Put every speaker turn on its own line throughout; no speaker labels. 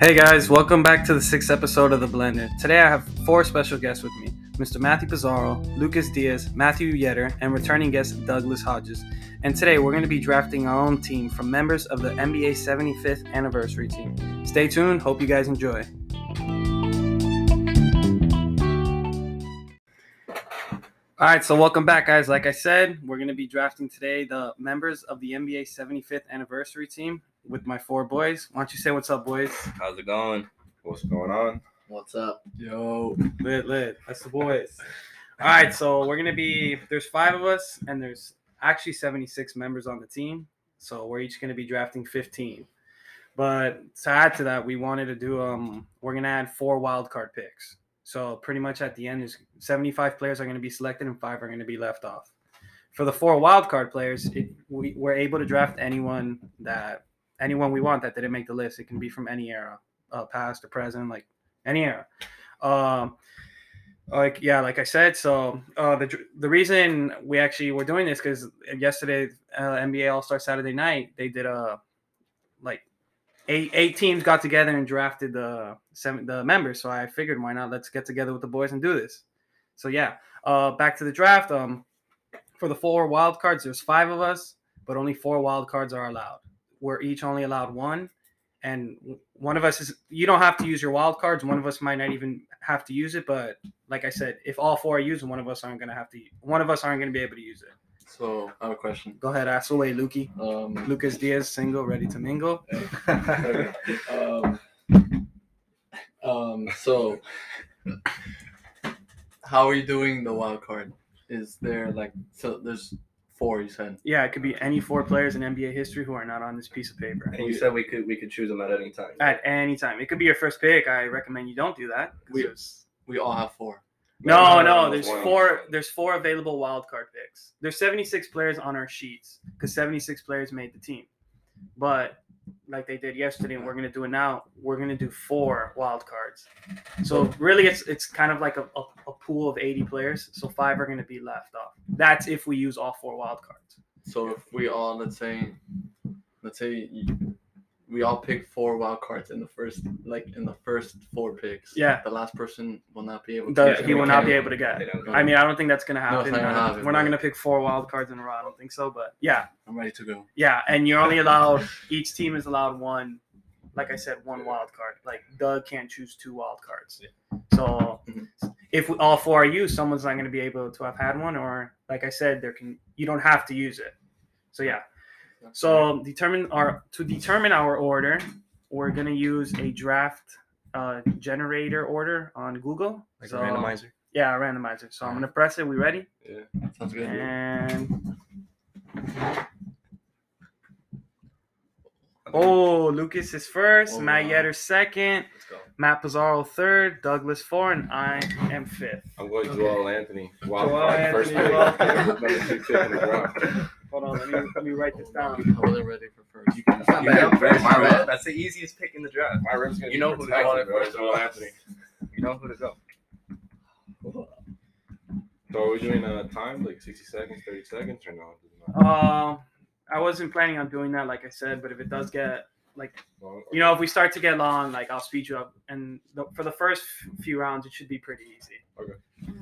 Hey guys, welcome back to the sixth episode of The Blender. Today I have four special guests with me Mr. Matthew Pizarro, Lucas Diaz, Matthew Yetter, and returning guest Douglas Hodges. And today we're going to be drafting our own team from members of the NBA 75th anniversary team. Stay tuned, hope you guys enjoy. All right, so welcome back, guys. Like I said, we're going to be drafting today the members of the NBA 75th anniversary team with my four boys. Why don't you say what's up, boys?
How's it going?
What's going on?
What's up?
Yo.
Lit, lit. That's the boys. All right, so we're gonna be. There's five of us, and there's actually 76 members on the team. So we're each gonna be drafting 15. But to add to that, we wanted to do. Um, we're gonna add four wild card picks. So pretty much at the end, is 75 players are gonna be selected, and five are gonna be left off. For the four wild card players, it, we, we're able to draft anyone that anyone we want that didn't make the list. It can be from any era, uh, past or present, like any era. Um, like yeah, like I said, so uh, the dr- the reason we actually were doing this because yesterday uh, NBA All Star Saturday Night they did a like eight eight teams got together and drafted the seven the members. So I figured why not let's get together with the boys and do this. So yeah, uh, back to the draft. Um, for the four wild cards, there's five of us, but only four wild cards are allowed. We're each only allowed one and w- one of us is you don't have to use your wild cards one of us might not even have to use it but like i said if all four are used one of us aren't going to have to one of us aren't going to be able to use it
So I have a question.
go ahead ask away lukey
Um,
lucas diaz single ready to mingle
um, um, so how are you doing the wild card? Is there like so there's four you said.
yeah it could be any four players in nba history who are not on this piece of paper
And you said we could we could choose them at any time.
at any time it could be your first pick i recommend you don't do that 'cause
We-
there's-
We all have four.
no no
no,
there's
one.
four there's four available wild card picks there's 76 players on our sheets because 76 players made the team but like they did yesterday and we're going to do it now we're going to do four wild cards so really it's it's kind of like a, a, a pool of 80 players so five are going to be left off that's if we use all four wild cards
So if we all let's say let's say you- we all pick four wild cards in the first like in the first four picks.
Yeah.
The last person will not be able to
The-
Yeah,
he
we
will not
can.
be able to get
They don't go.
i mean i don't think that's going to
No, it's
happen
not
I
gonna
don't-
happen,
we're not
but-
going to pick four wild cards in a row i don't think so but yeah
I'm ready to go.
Yeah, and you're only allowed each team is allowed one. Like I said, one wild card. Like Doug can't choose two wild cards. So
Mhm.
if we, all four are used, someone's not going to be able to have had one. Or like I said, there can you don't have to use it. So yeah. So determine our to determine our order, we're going to use a draft uh, generator order on Google. so, Yeah, a randomizer. So I'm going to press it. We ready?
sounds good.
eh, And oh, Lucas is first,
Oh,
Matt
wow.
Yetter second,
Let's go.
Matt Pizarro third, Douglas four, and I am fifth.
I'm going
Okay.
Joel Anthony. Wild
Joel
card,
Anthony,
first pick.
wild card.
Number two pick in the draft.
Hold on, let me, let me write this down.
I wasn't ready for first.
That's not
You
bad.
got first,
My
bro.
rep. That's the easiest pick in the draft.
My rim's gonna
You
be
know who they
protected,
wanted
bro.
first
Joel
round.
Anthony.
You know who to go.
So are we doing uh, time, like 60 seconds, 30 seconds, or no? It doesn't matter.
Um, I wasn't planning on doing that, like I said, but if it does get like
Long-
you know, if we start to get long, like I'll speed you up, and the, for the first few rounds, it should be pretty easy.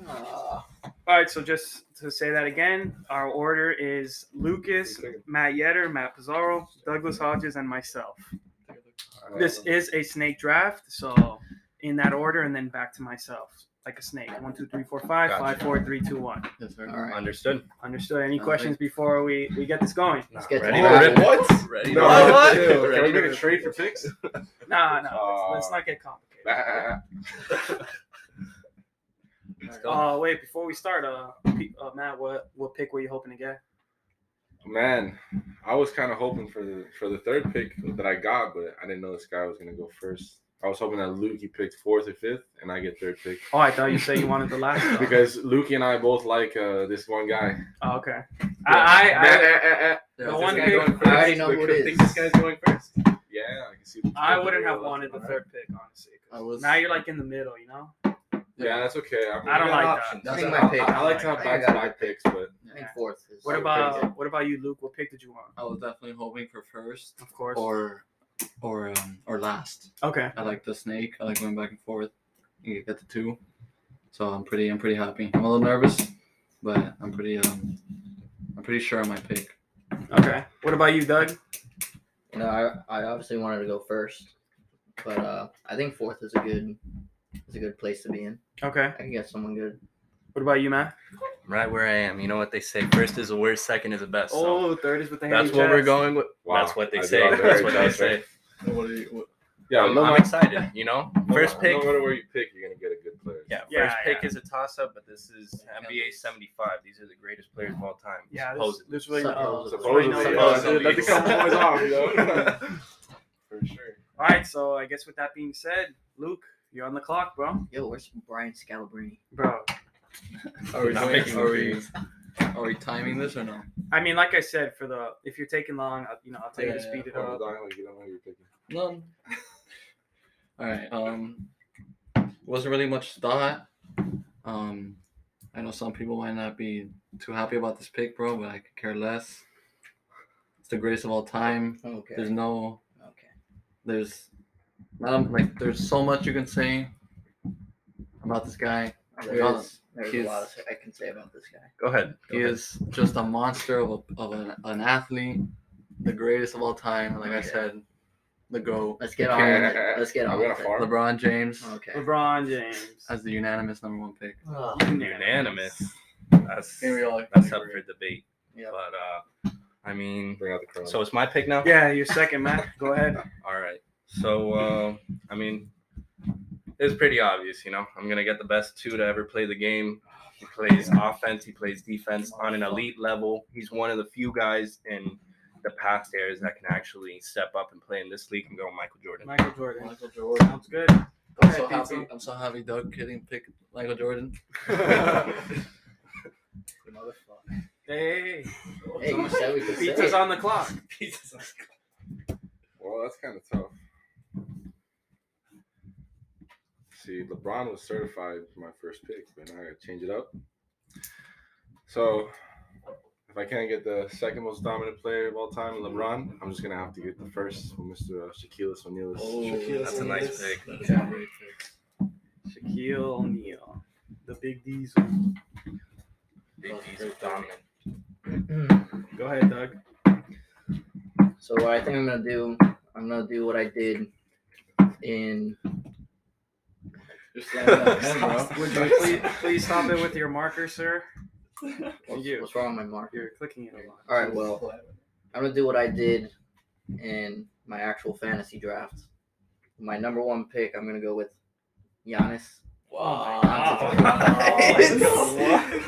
Ah. All right, so just to say that again, our order is Lucas, Matt Yetter, Matt Pizarro, Douglas Hodges, and myself. This is a snake draft, so in that order, and then back to myself, like a snake. One, two, three, four, five,
Gotcha.
five, four, three, two, one.
Yes, sir.
All right.
Understood.
Understood. Any
Sounds
questions before we we get this going?
Let's get
Ready?
to it.
Ready? What? Ready?
No,
What?
what?
Ready?
Dude, Can we make
Ready?
a trade for picks?
Nah, no. Let's, let's not get complicated.
Let's go.
Uh, wait. Before we start, uh, P- uh, Matt, what what pick were you hoping to get?
Man, I was kind of hoping for the for the third pick that I got, but I didn't know this guy was gonna go first. I was hoping that Lukey picked fourth or fifth, and I get third pick
Oh, I thought you said you wanted the last. one.
because Lukey and I both like uh, this one guy. eh,
Oh, okay. I, I, I
Yeah,
The
this
one
is-
pick-
I already know who it is.
Think this guy's going first?
Yeah, I can see.
I wouldn't have wanted the third pick, honestly. 'cause
I was-
now you're like in the middle, you know?
Yeah, that's okay. I, mean,
I don't
We
like
got
that.
options.
That's
I,
my pick.
I, like to have
I
back to
got
back picks, but
I think fourth. is-
What about what about you, Luke? What pick did you want?
I was definitely hoping for first
Of course.
or or um, or last.
Okay.
I like the snake. I like going back and forth. You get the two, so I'm pretty. I'm pretty happy. I'm a little nervous, but I'm pretty. Um, I'm pretty sure on my pick.
Okay. What about you, Doug?
No, I, I obviously wanted to go first, but uh, I think fourth is a good is a good place to be in.
Okay.
I can get someone good.
What about you, Matt?
Right where I am. You know what they say: first is the worst, second is the best. So
Oh, third is with the
that's
handy
what we're
chest.
going with.
Wow,
That's what they
I
say.
did all the
That's
right
what they
jobs there.
say.
What are you, what,
Yeah,
I'm,
no,
I'm
matter-
excited. You know,
no
first
matter-
pick.
No matter where you pick, you're gonna get a good player.
Yeah,
Yeah,
first pick
yeah.
is a toss up, but this is NBA 75. These are the greatest players of all time.
Yeah, there's,
supposedly.
there's really
uh,
Suck.
no.
Supposedly,
Supposedly.
yeah, dude, let the couple boys off, you know. For sure.
All right, so I guess with that being said, Luke, you're on the clock, bro.
Yo, where's Brian Scalabrine?
Bro,
are we
Not
doing,
making
are we
moves.
are we timing this or no?
I mean, like I said, for the if you're taking long, I'll, you know, I'll tell you to
Yeah,
speed it
Hold
up.
Uh,
on, like, you don't know who you're picking.
None. All right. Um, wasn't really much thought. Um, I know some people might not be too happy about this pick, bro, but I could care less. It's the greatest of all time.
Okay.
There's no,
Okay.
there's, not like there's so much you can say about this guy. We all-
There's, there's a
he's-
lot I can say about this guy.
Go ahead. Go
He
ahead.
is just a monster of, a, of an, an athlete, the greatest of all time. Like I
Okay.
said, the GOAT,
Let's get on. with it. Let's get
Are
on.
we on
with
a
it.
farm?
LeBron James,
Okay.
LeBron James.
as the unanimous number one pick.
unanimous. That's,
Here we are.
that's up for debate.
Yep.
But uh, I mean,
Bring out the crown.
so it's my pick now.
Yeah, you're second, Matt. Go ahead.
All right. So uh, I mean, it's pretty obvious, you know. I'm gonna get the best two to ever play the game. He plays offense. He plays defense on an elite level. He's one of the few guys in the past eras that can actually step up and play in this league and go Michael Jordan.
Michael Jordan.
Michael Jordan.
Sounds good. Go
I'm
ahead,
so
Pizza.
happy. I'm so happy. Doug kidding. Pick Michael Jordan.
Hey, hey,
Hey, you said we could
hey.
say
pizza's
it.
on the clock.
well, that's kind of tough. See, LeBron was certified for my first pick, but now I gotta change it up. So, if I can't get the second most dominant player of all time, LeBron, I'm just gonna have to get the first, one, Mr. Shaquille O'Neal.
Oh,
that's a nice pick.
That's a great pick.
Shaquille O'Neal, the big diesel.
Big D's dominant.
Go ahead, Doug.
Hmm. So what I think I'm gonna do, I'm gonna do what I did in.
You're slapping that pen, bro.
Would you please, please stop it with your marker, sir?
What's,
You.
what's wrong with my mark?
You're clicking it a lot.
All right. Well, I'm gonna do what I did in my actual fantasy draft. My number one pick, I'm gonna go with Giannis.
Ah.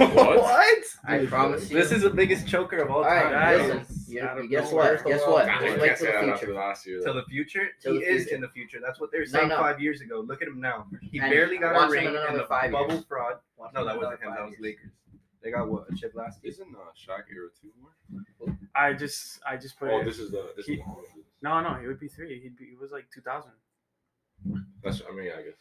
I promise you.
This is the biggest choker of all
all
time.
right.
Guys,
Listen,
it's
you-
out of
guess
nowhere.
what? Guess what?
God, I
Just
can't
wait till
say that
the
after
future.
last year.
To
though.
the future?
To
he
the
is
future.
in the future. That's what they were
No,
saying
no.
five years ago. Look at him now. He
And
barely got
watch
a
him
ring
in
and
another
the
five
bubble
years.
fraud.
Watch
No, that
him in
wasn't him.
another
That
five
was
years.
Lakers. They got what? A chip last year?
Isn't uh, Shaq era two more?
I just, I just put
Oh,
it.
this is the this
He-
is the whole-
No, no, it would be three. He'd be, it was like 2000
That's I mean I guess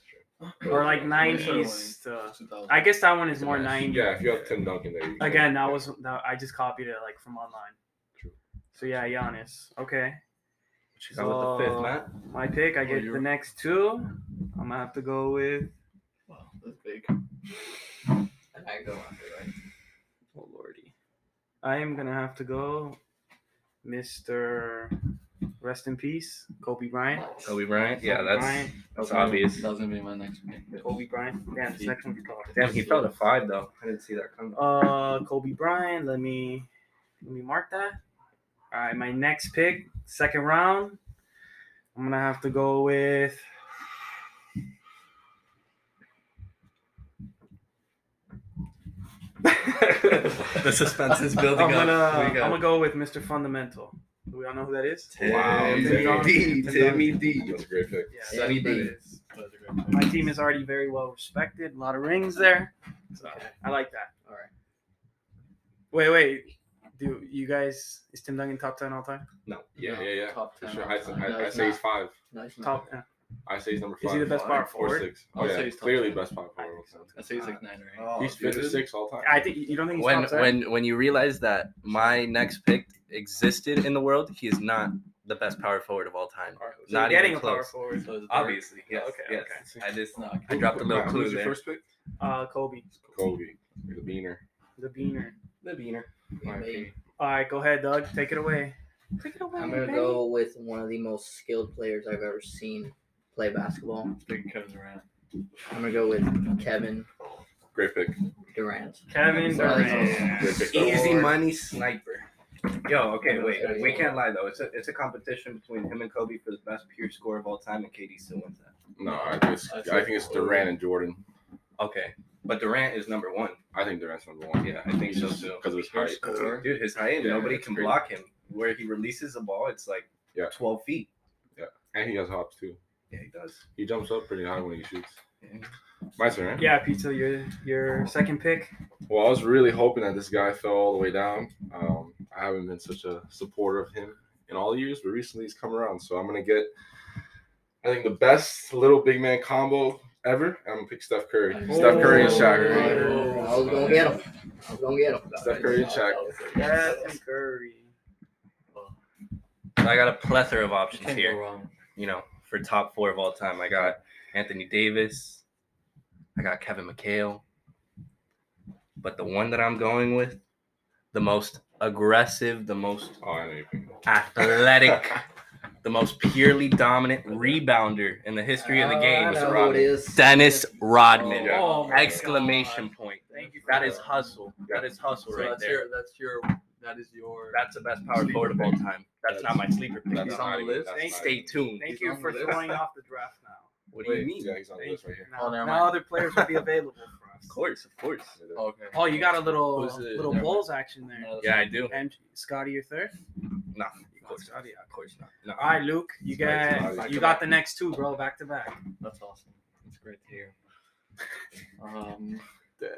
true.
or like 90s. To, I guess that one is more 90s.
Yeah, if you have Tim Duncan there. You can-
Again, that was that, I just copied it like from online.
True.
So yeah, Giannis. Okay,
She got with the fifth, Matt.
my pick. I
Oh,
get
you're-
the next two. I'm gonna have to go with.
Wow, that's big.
And I go after, right?
Oh lordy, I am gonna have to go, Mister. Rest in peace, Kobe Bryant.
Kobe Bryant? Yeah,
Kobe
that's
Bryant.
that's
Okay.
obvious.
That was gonna be my next pick.
Kobe Bryant. Damn, the second one's gone.
Damn, he fell to five, though. I didn't see that coming.
Uh, Kobe Bryant. Let me let me mark that. All right, my next pick, second round. I'm gonna have to go with.
the suspense is building
I'm gonna
up.
I'm gonna go with Mr. Fundamental. Do we all know who that is?
Wow, Timmy
D, Timmy
D.
That's a great pick.
Yeah,
Sunny
that's what
D.
it is. My team is already very well respected. A lot of rings there. So I like that.
All right.
Wait, wait. Do you guys is Tim Duncan top ten all time?
No.
Yeah, yeah, yeah.
Top ten.
Sure,
all
I,
time.
I, I
it's
say
not.
he's five.
No, he's not.
Top ten.
I say he's number
Is
five.
he the best power
Five, four,
forward?
six.
I
Oh
would
yeah,
say he's top
clearly
ten.
best power forward. of all time.
I say he's like nine, right?
Oh,
He's fifth or sixth all time.
I think you don't think he's
when
top seven?
when when you realize that my next pick existed in the world, he is not the best power forward of all time.
All right, let's
So you're
not
getting
even
a power
close.
forward.
So it's Dirk.
Obviously, yes.
Okay,
yes.
okay.
I just
No,
I dropped a little
Matt,
clue
who's your
there.
first pick?
Uh, Kobe,
Kobe, the beaner.
the beaner.
The beaner.
I'm
All right, go ahead, Doug. Take it away. Take it away.
gonna
baby.
go with one of the most skilled players I've ever seen play basketball.
It's big Kevin Durant.
I'm gonna go with Kevin
Great pick.
Durant.
Kevin
Sorry.
Durant.
Great pick. though.
Easy
Or-
money sniper. Yo, okay, wait.
Yeah.
We can't lie though. It's a it's a competition between him and Kobe for the best pure score of all time, and KD still wins that.
No, I think it's, I think it's Durant and Jordan.
Okay, but Durant is number one.
I think Durant's number one.
Yeah, I think so too.
Because of his
Pure
height.
scorer.
Dude, his height,
Yeah,
nobody
it's
can
crazy.
block him. Where he releases the ball, it's like
Yeah.
twelve feet.
And he has hops too.
Yeah, he does.
He jumps up pretty high when he shoots.
Yeah.
My turn, right?
Yeah, Pizza, your your second pick.
Well, I was really hoping that this guy fell all the way down. Um, I haven't been such a supporter of him in all years, but recently he's come around. So I'm gonna get, I think, the best little big man combo ever. I'm gonna pick Steph Curry. Steph Curry and Shaq.
Oh, I was gonna get him. I was gonna get him.
Steph Curry and Shaq.
Stephen Curry.
So I got a plethora of
You
options
can't go
here.
wrong.
You know, for top four of all time, I got Anthony Davis. I got Kevin McHale. But the one that I'm going with, the most aggressive, the most
Oh, I know you picked him.
athletic, the most purely dominant rebounder in the history of the game
I
is
know who
Rodman.
it is.
Dennis Rodman.
Yeah.
Oh, my
Exclamation
God.
point.
Thank you. For
That is hustle. That is hustle
So
right
that's
there.
your that's your that is your
That's the best power forward of all time. That's not my sleeper pick.
That's
He's
not
on the
even-
list?
that's
Thanks.
not
Stay
even-
tuned.
Thank
He's
you
on
for
the list.
throwing off the draft now.
What do you
Wait,
mean?
Yeah, he's on the
Thank
list right here.
Now,
Oh, never
now
mind.
other players will be available for us.
Of course, of course.
okay.
Oh, you got a little
Who's it?
little
Never
Bulls action there.
No, that's
Yeah, I
not-
do.
And Scotty, your third.
Nah,
You
of
got
course not.
Scotty.
Of course not. No,
All right, Luke, you
Scotty,
got
Scotty.
you got the next two, bro, back to back.
That's awesome. That's great to hear. Um,
Dead.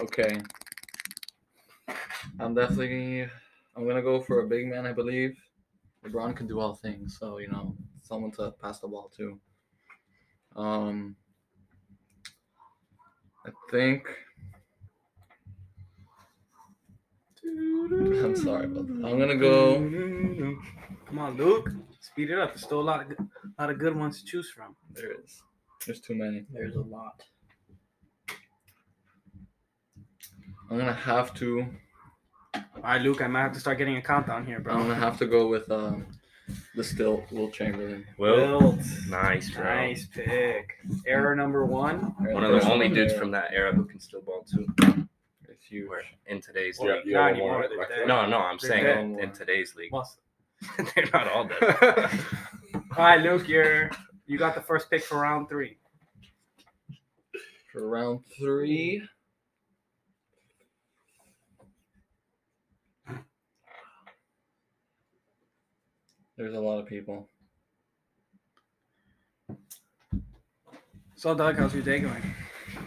Okay. I'm definitely. I'm gonna go for a big man. I believe LeBron can do all things, so you know someone to pass the ball to. Um, I think. I'm sorry about that. I'm gonna go.
Come on, Luke, speed it up. There's still a lot of good- lot of good ones to choose from.
There it is. There's too many.
There's a lot.
I'm gonna have to.
All right, Luke, I might have to start getting a countdown here,
I'm
bro.
gonna have to go with um, the still Will Chamberlain.
Will.
Wilt.
Nice, bro.
Nice pick. Error number one.
One of the only dudes from that era who can still ball too.
It's huge.
Were in today's
Yeah,
league.
you have
Not
one more,
anymore,
right?
they're
No, no, I'm
They're
saying
dead.
in, in today's league.
Must-
They're not all dead.
All right, Luke, you're you got the first pick for round three.
For round three. There's a lot of people.
So, Doug, how's your day going?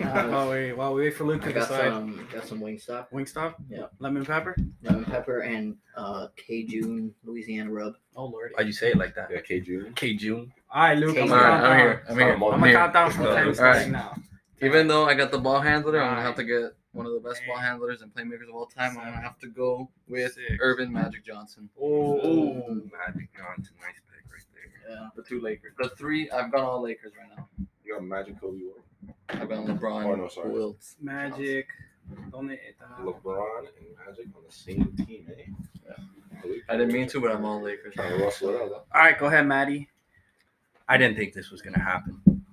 Uh,
while we while we wait for Luke to
I got
decide.
some got some wing stock,
Wingstop.
Yeah.
Lemon pepper.
lemon pepper, and uh Cajun Louisiana rub.
Oh lord.
Why'd you say it like that?
Yeah, K. Jr.
K June.
All right, Luke. I'm
I'm,
gonna count down.
here. I'm here.
I'm
I'm
gonna
here.
count down from
All
ten
right.
starting now.
Even though I got the ball handler, I'm gonna have to get one of the best
Alright.
ball handlers and playmakers of all time. I'm gonna have to go with
Six.
Urban Magic Johnson.
Oh.
Magic Johnson. Nice pick right there.
Yeah.
The two Lakers. The three. I've gone all Lakers right now.
You got Magic Kobe, White,
I've gone LeBron,
Oh, no, sorry.
Wilt.
Magic. uh, Donde está?
LeBron, and Magic on the same team, eh?
I didn't mean to, but I'm all Lakers.
Trying to rustle it out.
All right, go ahead, Maddie.
I didn't think this was gonna happen.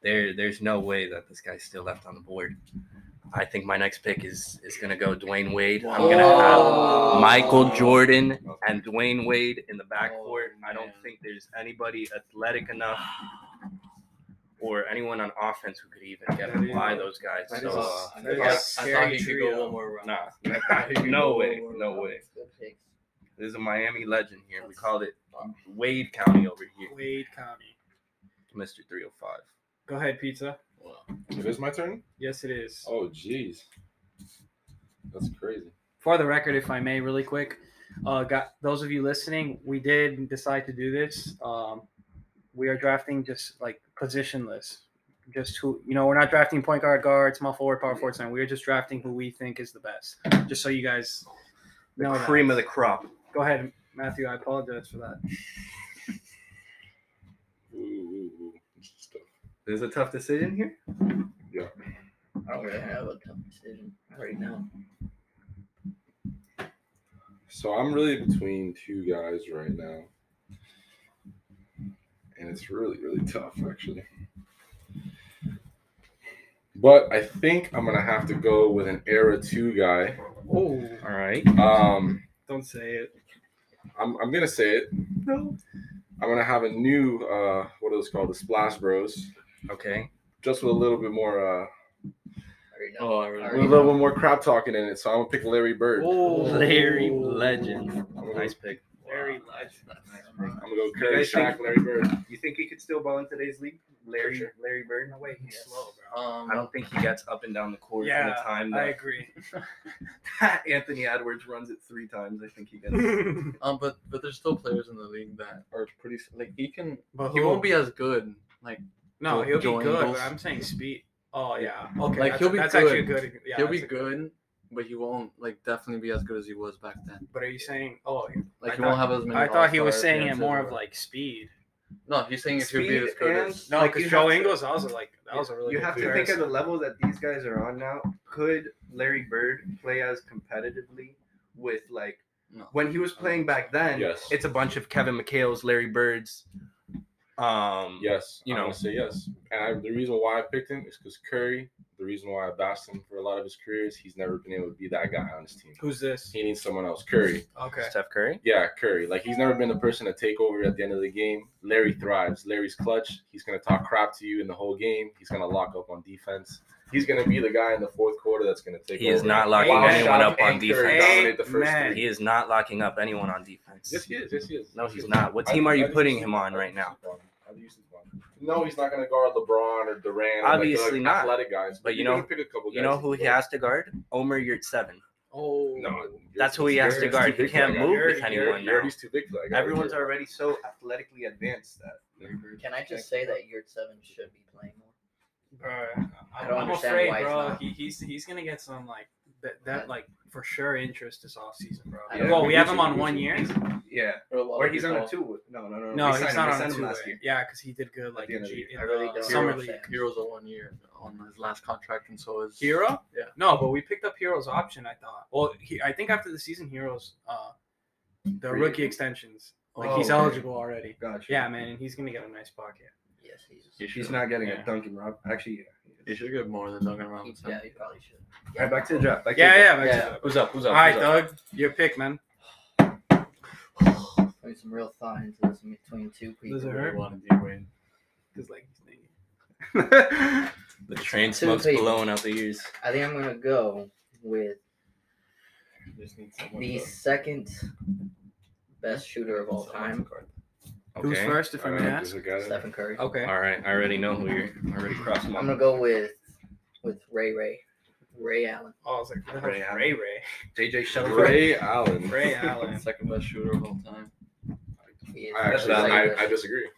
There, there's no way that this guy's still left on the board. I think my next pick is is gonna go Dwayne Wade. I'm gonna have
Oh.
Michael Jordan and Dwayne Wade in the backcourt.
Oh,
I don't
man.
think there's anybody athletic enough or anyone on offense who could even get
That is-
by those guys.
That
So,
is a-
uh,
I
that
thought-
is a
I thought
scary
he could
trio.
go one more round.
nah,
I thought he could
no
go
way,
one more
no
round.
way.
Good picks.
This is a Miami legend here. We called it Wade County over here,
Wade County.
Mister 305.
Go ahead, pizza.
It is my turn?
Yes, it is.
Oh, jeez. That's crazy.
For the record, if I may, really quick, uh, got those of you listening, we did decide to do this. Um, we are drafting just like positionless. Just who you know, we're not drafting point guard, guard, small forward, power forward, center. We're just drafting who we think is the best. Just so you guys
The
know that.
cream of the crop.
Go ahead, Matthew. I apologize for that.
Ooh, ooh, ooh. This is tough.
There's a tough decision here.
I don't really have a tough decision right now.
So I'm really between two guys right now. And it's really, really tough, actually. But I think I'm going to have to go with an era two guy.
Oh,
All right.
Um,
don't say it.
I'm, I'm going to say it.
No.
I'm going to have a new, uh, what it was called, the Splash Bros.
Okay.
Just with a little bit more, uh,
I already know.
Oh, I really.
with a little bit more crap talking in it. So I'm going to pick Larry Bird.
Oh,
Larry Legend.
I'm going
Nice
to
pick.
Larry
go, I'm gonna go Curry,
guys think-
Shaq, Larry Bird.
You think he could still ball in today's league? Larry
sure.
Larry Bird? No way.
He's slow, bro.
Um,
I don't think he gets up and down the court in the
Yeah,
time
I
that
agree.
Anthony Edwards runs it three times. I think he gets.
Um, but but there's still players in the league that are pretty s- like he can.
But
He
who?
won't be as good. Like
No,
Joe-
he'll
Joe
be good.
Ingles.
But I'm saying speed. Oh yeah. Okay.
Like,
that's,
he'll be
that's
good.
actually a good. Yeah,
he'll be
that's a-
good, but he won't like definitely be as good as he was back then.
But are you saying? Oh,
Like
I
he won't have as many.
I thought he was
all-star
saying it
appearances
more of
or-
like speed.
No, he's saying if he'd be
Speed
as good
and-
as.
No,
Like,
because
you have
Joe
to-
Ingles, I was like, that was a really.
you
good
have to think
comparison.
of the level that these guys are on now. Could Larry Bird play as competitively with like
No.
when he was playing back then?
Yes.
It's a bunch of Kevin McHale's, Larry Birds. Um,
Yes,
You
you
know.
know, say yes. And I, the reason why I picked him is because Curry. The reason why I bashed him for a lot of his career is he's never been able to be that guy on his team.
Who's this?
He needs someone else. Curry.
Okay.
Steph Curry.
Yeah, Curry. Like he's never been the person to take over at the end of the game. Larry thrives. Larry's clutch. He's gonna talk crap to you in the whole game. He's gonna lock up on defense. He's gonna be the guy in the fourth quarter that's gonna take.
He is
over.
not locking
Wild
anyone
shot
up on
and Curry
defense.
dominate the first
Amen.
three.
He is not locking up anyone on defense.
Yes, he is. Yes, he is.
No,
Yes,
he's
he is.
not. What
I-
team are
I
you
think
putting
he's-
him on
I
right
think
now?
he's on. I think he's on. No, he's not going to guard LeBron or Durant. or, like, the,
Obviously
like,
not.
Athletic guys,
But you
you're
know-
gonna pick a couple
You
guys
know
to
who he
guard.
has to guard? Omer Yurt seven.
Oh.
No,
That's who he has to
Yuri's
guard.
too
He
big for
can't
that guy.
move
Yuri-
with anyone
Yuri-
now.
Yuri's too big for that guy.
Everyone's
Yuri-
already so athletically advanced that
Can I just say that Yurt Seven should be playing more?
Bro,
I
I
don't
am
understand
afraid,
why he's
bro.
not.
He, he's he's gonna get some like that, that like for sure interest this offseason, bro.
Yeah,
well,
we
we have
should-
him on
we
one
should-
year.
yeah,
Or, a lot
or
of
he's on a
people-
two. No, no, no.
No,
Uh, we signed
he's
him. We
not on
signed
a
him
two.
last year.
Yeah, because he did good like
the
in,
end of the
G,
year.
in
I really
the
don't
summer league.
understand.
Heroes a one year on his last contract, and so is
Hero?
Yeah.
No, but we picked up Hero's option. I thought. Well, he, I think after the season, Hero's uh, the
Free.
rookie extensions. Like
Oh,
he's
okay.
eligible already.
Gotcha.
Yeah, man, and he's gonna get a nice pocket.
Yes, he's.
He's not getting
Yeah.
a Duncan Rob. Actually, yeah.
He should get more than Duncan
He,
Robinson.
yeah, he probably should.
All right, back to the draft. Back to
Yeah,
the
yeah, man.
Yeah.
draft. Who's up? Who's up?
All right,
Who's up?
Doug, your pick, man.
Putting some real thought into this in between two people.
Does it
Really
hurt?
wanted D-Wade.
Because like, he's thinking.
The train
Two
smoke's
people.
blowing out the ears.
I think I'm gonna go with
Just need someone
the
to-
second best shooter of all time,
who's
Okay.
first, if I
Alright,
may ask?
there's a guy there.
Stephen Curry.
Okay.
All right, I already know who you're. I already crossed him
I'm
off.
gonna go with with Ray Ray, Ray Allen.
Oh, I was like,
Ray
Ray
Allen.
Ray.
JJ Shelton.
Ray Allen.
Ray Allen.
Second best shooter of all time.
He is
I
the
actually,
second
I,
best-
I disagree.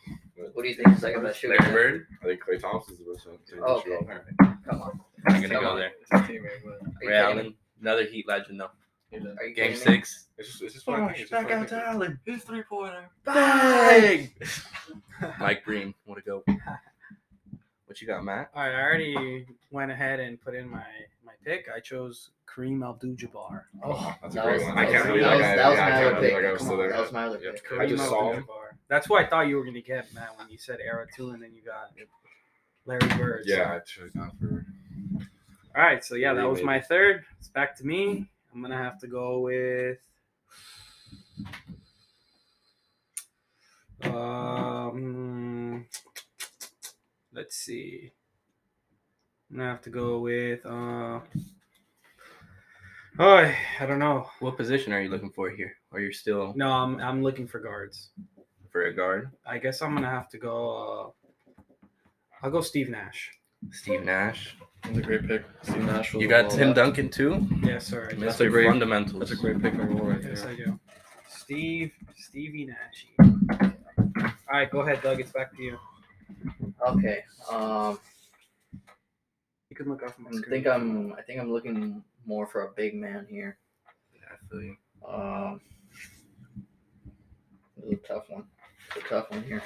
what do you think the second best shooter?
Larry
is?
Bird.
I think Clay Thompson's the best.
Oh, okay.
shooter.
Come on.
I'm gonna go there.
It's his teammate, but
Are
Ray
you kidding me?
Allen, another Heat legend though.
he did.
Are you
Game
kidding me?
six.
It's just, it's just fun. It's just fun.
Allen. His three pointer.
Bang!
Mike Breen, what a go. What you got, Matt?
All right, I already went ahead and put in my my pick. I chose Kareem Abdul-Jabbar.
Oh,
That's a
that
great
was-
one.
that
I can't
was-
believe
that
that guy.
was- that was
yeah, I
my
can't
other
believe that
pick.
guy was
Come
still
on,
there.
that was my other
Yeah.
pick.
I just saw him.
Abdul-Jabbar. That's why I thought you were gonna get Matt when you said era two, and then you got Larry Bird. so-
Yeah, I tried not for.
All right, so yeah, that was
Remade.
my third. It's back to me. I'm gonna have to go with. Um, let's see. I'm gonna have to go with. Uh, oh, I I don't know.
What position are you looking for here? Are you still
No, I'm I'm looking for guards.
for a guard?
I guess I'm gonna have to go. Uh, I'll go Steve Nash.
Steve Nash.
That's a great pick. Steve Nash was
You
a
got
ball.
Tim Duncan too.
Yes, sir. I do.
That's a
Mr.
great-
Fundamentals.
That's a great pick and roll right
Yes,
there.
I do. Steve Stevie Nash. All right, go ahead, Doug. It's back to you.
Okay. Um,
You can look off my
I
screen.
think I'm. I think I'm looking more for a big man here.
I feel you.
Um, this is a tough one. It's a tough one here.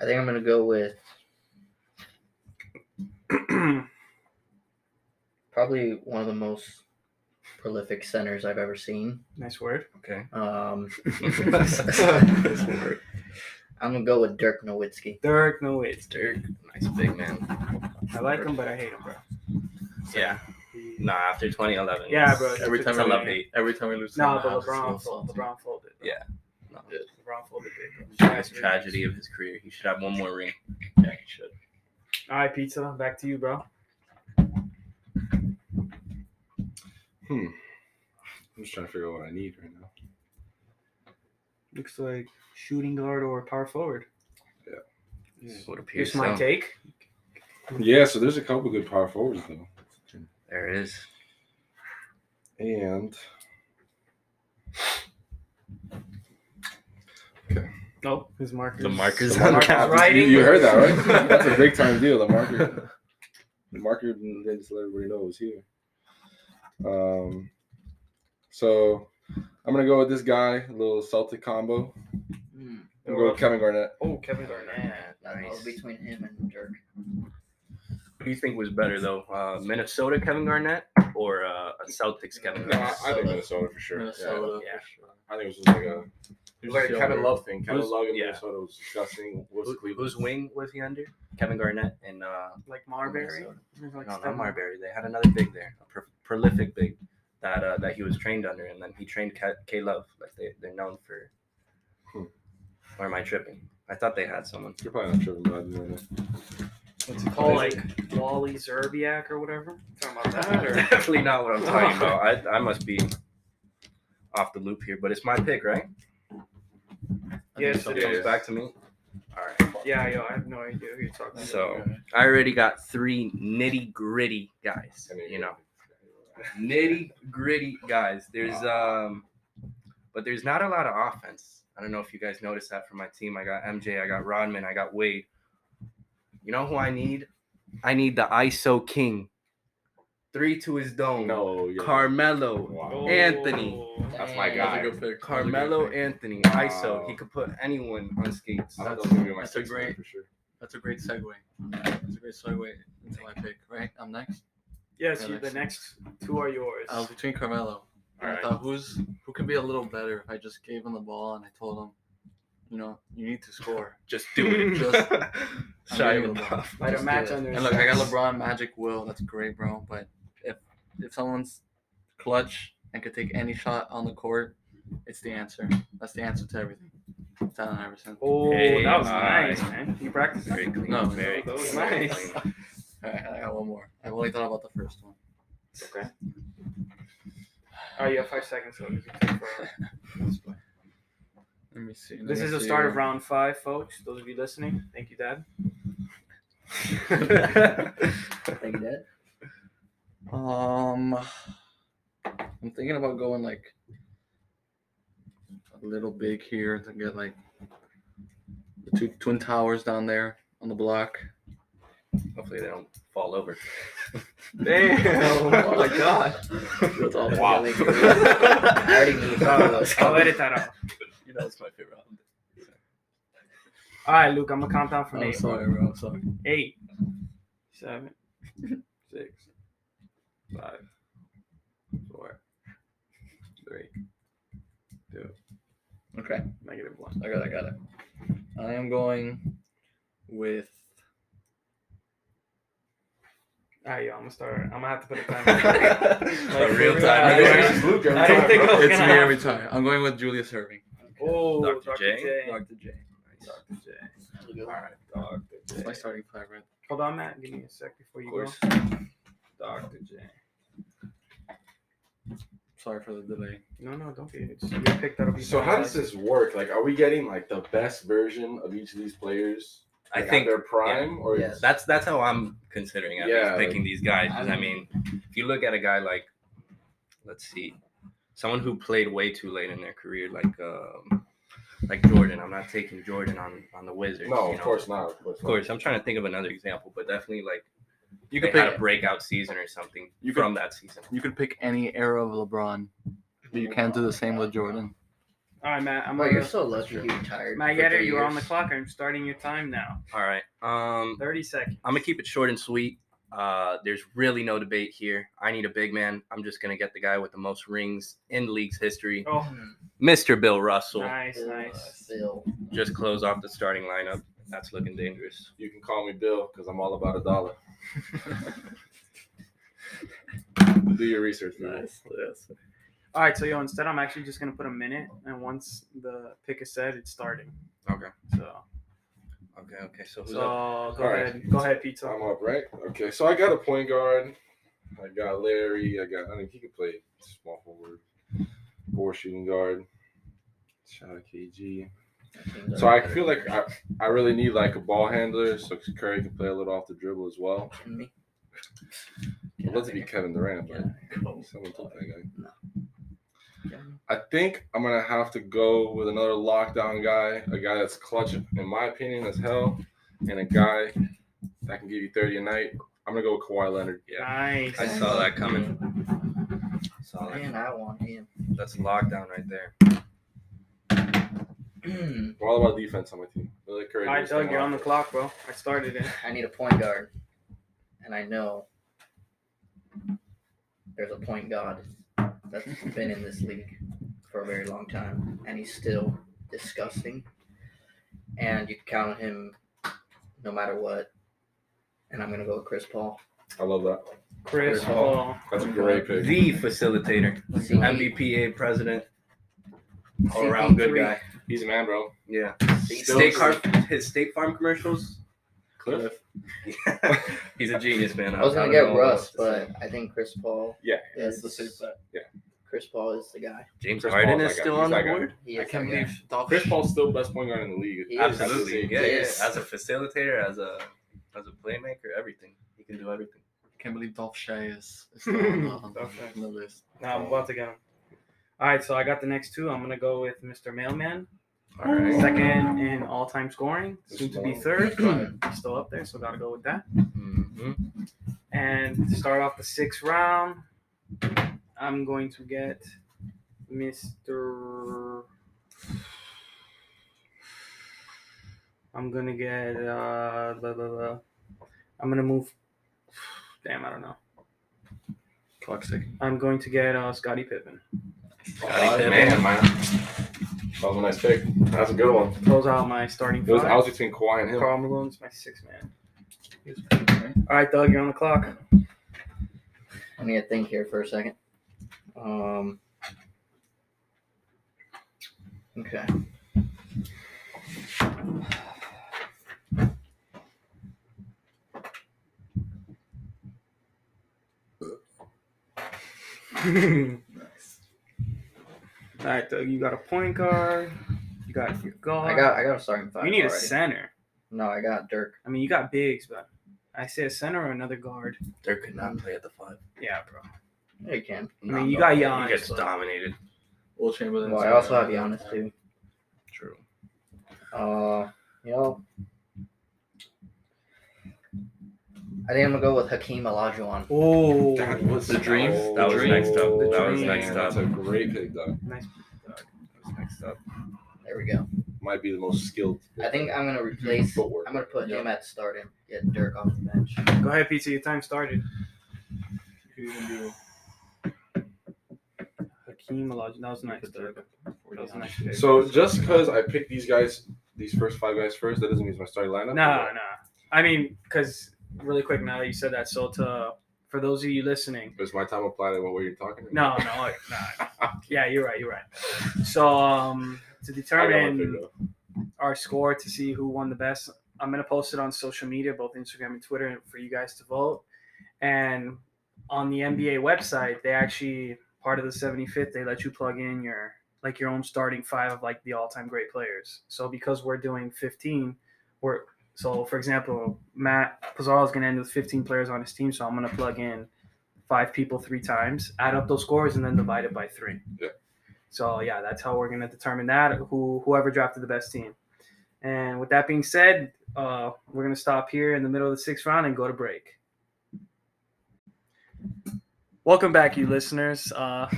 I think I'm gonna go with probably one of the most prolific centers I've ever seen.
nice word.
Okay.
Um,
Nice work.
I'm gonna go with Dirk Nowitzki.
Dirk Nowitzki.
Dirk, nice big man.
I like him, but I hate him, bro.
Yeah. Nah, after 2011.
Yeah,
it's-
bro.
Every
it's
time
It's a
we-
love hate.
Every time we lose,
No,
someone, I
but
have to feel
LeBron, fold,
salty.
LeBron folded. bro.
Yeah. No.
LeBron folded big. bro.
It's a tragedy of his career. He should have one more ring.
Yeah, you should.
All right, pizza. Back to you, bro.
Hmm. I'm just trying to figure out what I need right now.
Looks like shooting guard or power forward.
Would appear
Here's my
so.
take.
Yeah, so there's a couple good power forwards though,
There it is.
and
Nope. His markers.
The markers
The
on
markers
cap.
writing.
you heard that right? That's a big time deal. The marker, the marker, they just let everybody know is here. Um, so I'm gonna go with this guy, a little Celtic combo. I'm gonna go with Kevin Garnett.
Oh, Kevin Garnett.
That was
Nice.
between him and Dirk.
Who do you think was better though, uh, Minnesota Kevin Garnett or uh, a Celtics Kevin
No, I,
Garnett?
I think Minnesota for sure.
Minnesota.
Yeah.
for sure.
Yeah, I think it was just like a, it was
Who's
like a Kevin
younger?
Love thing. Kevin
Who's-
Love in
yeah.
Minnesota was disgusting. Was
Who,
Cleveland.
whose wing was he under? Kevin Garnett and uh,
Like Marbury.
Minnesota.
There's Like
no, not
seven.
Oh, Marbury. They had another big there, a pro- prolific big that uh, that he was trained under, and then he trained K, K- Love. Like they they're known for.
Hmm.
Or am I tripping? I thought they had someone.
You're probably not tripping, but I didn't know that.
What's it called? Like Wally Zerbiak or whatever.
Talking about that, or
Definitely not what I'm talking about. I I must be off the loop here, but it's my pick, right?
I think
Yes,
So
so.
it
it
is.
comes
is.
back to me. All right.
Yeah, yo, I have no idea who you're talking about.
So I already got three nitty gritty guys.
I mean,
You know, nitty gritty guys. There's um, but there's not a lot of offense. I don't know if you guys noticed that from my team. I got MJ, I got Rodman, I got Wade. You know who I need? I need the ISO king. Three to his dome.
No, yeah.
Carmelo.
Wow.
Oh.
Anthony. That's my
That's a
Dang.
guy.
good pick. That's a good
Carmelo
pick.
Anthony. ISO.
Wow.
He could put anyone on skates.
I thought that
That's-
was gonna be my
that's a
sixth man
great-
for sure.
That's a great segue. That's a great segue into my pick. Right, I'm next.
Yes, you, the next two are yours.
I was between Carmelo. and I
Alright.
thought who's who could be a little better if I just gave him the ball and I told him, you know, you need to score.
Just do it.
Just-
Shot
I'm
your
gonna go.
mouth.
Light a
Just
match
do it.
under
And look, I got
socks.
LeBron, Magic, Will. That's great, bro. But if if someone's clutch and could take any shot on the court, it's the answer. That's the answer to everything. It's Allen Iverson.
Oh,
Hey,
that was
nice.
nice, man. You practiced
Very clean.
No,
very
that was
clean.
nice.
Clean.
All right, I got one more. I only thought about the first one.
Okay. Oh, you have five seconds. So you can take forever.
Let me see. Let
this
me
is the
see.
start of round five, folks. Those of you listening, thank you, Dad.
Think that?
Um, I'm thinking about going like a little big here to get like the two twin towers down there on the block.
Hopefully they don't fall over.
Damn.
Oh my God.
That's all.
Wow. I already knew Carlos.
I'll edit that out.
Oh, You know, it's my favorite. album.
All right, Luke, I'm going to count down
Oh,
from
I'm
eight.
sorry, bro. I'm sorry.
Eight, seven, six, five, four, three,
Okay,
negative one.
I got it. I got it. I am going with.
All right, yo, I'm going to start. I'm going to have to put a timer.
A real
favorite
time.
album.
record.
It's Luke every
I didn't
time,
think
bro.
I was
It's
going to
me
have
every time. I'm going with Julius Irving.
Oh,
Dr. J.
Dr. J.
Dr. J.
All right, dog.
That's my starting five, right?
Hold on, Matt. Give me a sec before you go. Dr. J.
Sorry for the delay.
No, no, don't be. It's your pick. That'll be
So how
fine.
does this work? Like, are we getting like the best version of each of these players?
I
like, at
think
their prime, or
Yes.
That's that's how I'm considering at
Yeah,
least picking these guys. 'cause I
I'm-
mean, if you look at a guy like, let's see, someone who played way too late in their career, like um, like Jordan. I'm not taking Jordan on on the Wizards.
No,
you
of
know?
course not. Of course,
Of course, I'm trying to think of another example, but definitely like
You
they
could
had
pick
a breakout season or something
You could-
from that season.
you could pick any era of LeBron, but you can't do the same with Jordan.
All right, Matt. I'm
Oh,
Well,
gonna
you're so lucky you retired.
Matt
for
Yetter,
three
you're on the
years.
clock. I'm starting your time now.
All right. Um,
30 seconds.
I'm gonna keep it short and sweet. Uh, there's really no debate here. I need a big man. I'm just gonna get the guy with the most rings in the league's history,
Oh,
Mr. Bill Russell.
nice,
Bill, Mm, uh,
nice.
Bill.
Just close off the starting lineup. That's looking dangerous.
You can call me Bill because I'm all about a dollar. Do your research, man.
All right, so yo, instead I'm actually just gonna put a minute, and once the pick is said, it's starting.
Okay.
So,
Okay. Okay. So who's
so
up?
go
All right.
ahead, go ahead, Pizza.
I'm up, right? Okay, so I got a point guard. I got Larry. I got. I mean, he could play small forward or shooting guard. Shout out KG. So I feel like I, I really need like a ball handler, so Curry can play a little off the dribble as well.
Kidding me?
I'd love to be Kevin Durant, but someone took that guy. I think I'm gonna have to go with another lockdown guy, a guy that's clutch in my opinion as hell, and a guy that can give you 30 a night. I'm gonna go with Kawhi Leonard.
Yeah.
Nice.
I saw that coming. Saw that.
Man, I want him.
That's lockdown right there.
We're all about defense on my team. We're like Curry
All right,
does thing
Doug, you're on the
offense.
clock, bro. I started it.
I need a point guard, and I know there's a point guard that's been in this league for a very long time, and he's still disgusting. And you can count on him no matter what. And I'm gonna go with Chris Paul.
I love that.
Chris
Chris Paul.
Paul.
That's a great pick.
The facilitator,
See,
MBPA president, all around good guy.
He's a man, bro.
Yeah.
See,
State Farm, his State Farm commercials.
Cliff.
He's a genius, man.
I was gonna
don't
get
know what
Russ,
else to say.
but I think Chris Paul.
Yeah,
is,
bet.
Chris Paul is the guy.
James
Chris
Harden
Paul's
is
that guy.
still
He's
on the
that guy.
board.
He
I
is
can't
that guy.
believe Dolph.
Chris Paul's still best point guard in the league.
He is.
Absolutely, yeah, yeah.
Yes.
As a facilitator, as a as a playmaker, everything he can do everything.
can't believe Dolph Shay is, is still on, the- on
Dolph Shay.
the list.
Now I'm about to get him. All right, so I got the next two. I'm gonna go with Mr. Mailman,
All right.
second in all-time scoring, soon to be third,
Fire.
but still up there, so gotta go with that.
Mm-hmm.
And to start off the sixth round, I'm going to get Mr. I'm gonna get uh blah, blah, blah. I'm gonna move damn I don't know.
Clock's ticking.
I'm going to get uh Scotty Pippen.
Scotty
man, man. That was a nice pick. That's a good one.
Close out my starting
It was, I
five.
was between Kawhi and him.
Carl Malone's my sixth man. He was pretty good. All right, Doug, you're on the clock.
I need to think here for a second. Um. Okay.
All right, Doug, you got a point guard. You got your guard.
I got I got a starting five.
you need a
already.
center.
No, I got Dirk.
I mean, you got bigs, but I say a center or another guard.
There could not play at the five.
Yeah, bro.
Yeah, you can.
I mean, you got Giannis,
He gets
but-
dominated.
Will Chamberlain.
Well, I also have Giannis too.
True.
Uh, you know, I think I'm gonna go with Hakeem Olajuwon.
Oh,
That was
The dream.
Oh,
That was next up.
The
That was
dream.
next
That's
up.
a great pick, Doug.
nice.
That was next up.
There we go.
Might be the most skilled.
I think I'm gonna replace.
Footwork.
I'm gonna put
Yeah.
him at start and get Dirk off the bench.
Go ahead, Pizza. Your time started.
Who you gonna do?
Hakeem Olajuwon. That was nice.
Put
Doug.
Dirk for
That was a
Giannis.
nice. pick.
So just because I picked these guys, these first five guys first, that doesn't mean it's my starting lineup.
Nah, nah. I mean, because really quick now that you said that, so to for those of you listening,
It's my time of planet. What were you talking about?
no, no, nah. yeah, you're right, you're right. So um, to determine our score to see who won the best. I'm gonna post it on social media, both Instagram and Twitter, for you guys to vote. And on the NBA website, they actually part of the 75th. They let you plug in your like your own starting five of like the all-time great players. So because we're doing 15, we're so for example, Matt Pizarro is gonna end with 15 players on his team. So I'm gonna plug in five people three times, add up those scores, and then divide it by three.
Yeah.
So yeah, that's how we're gonna determine that who whoever drafted the best team. And with that being said, uh, we're gonna stop here in the middle of the sixth round and go to break. Welcome back, you listeners. Uh,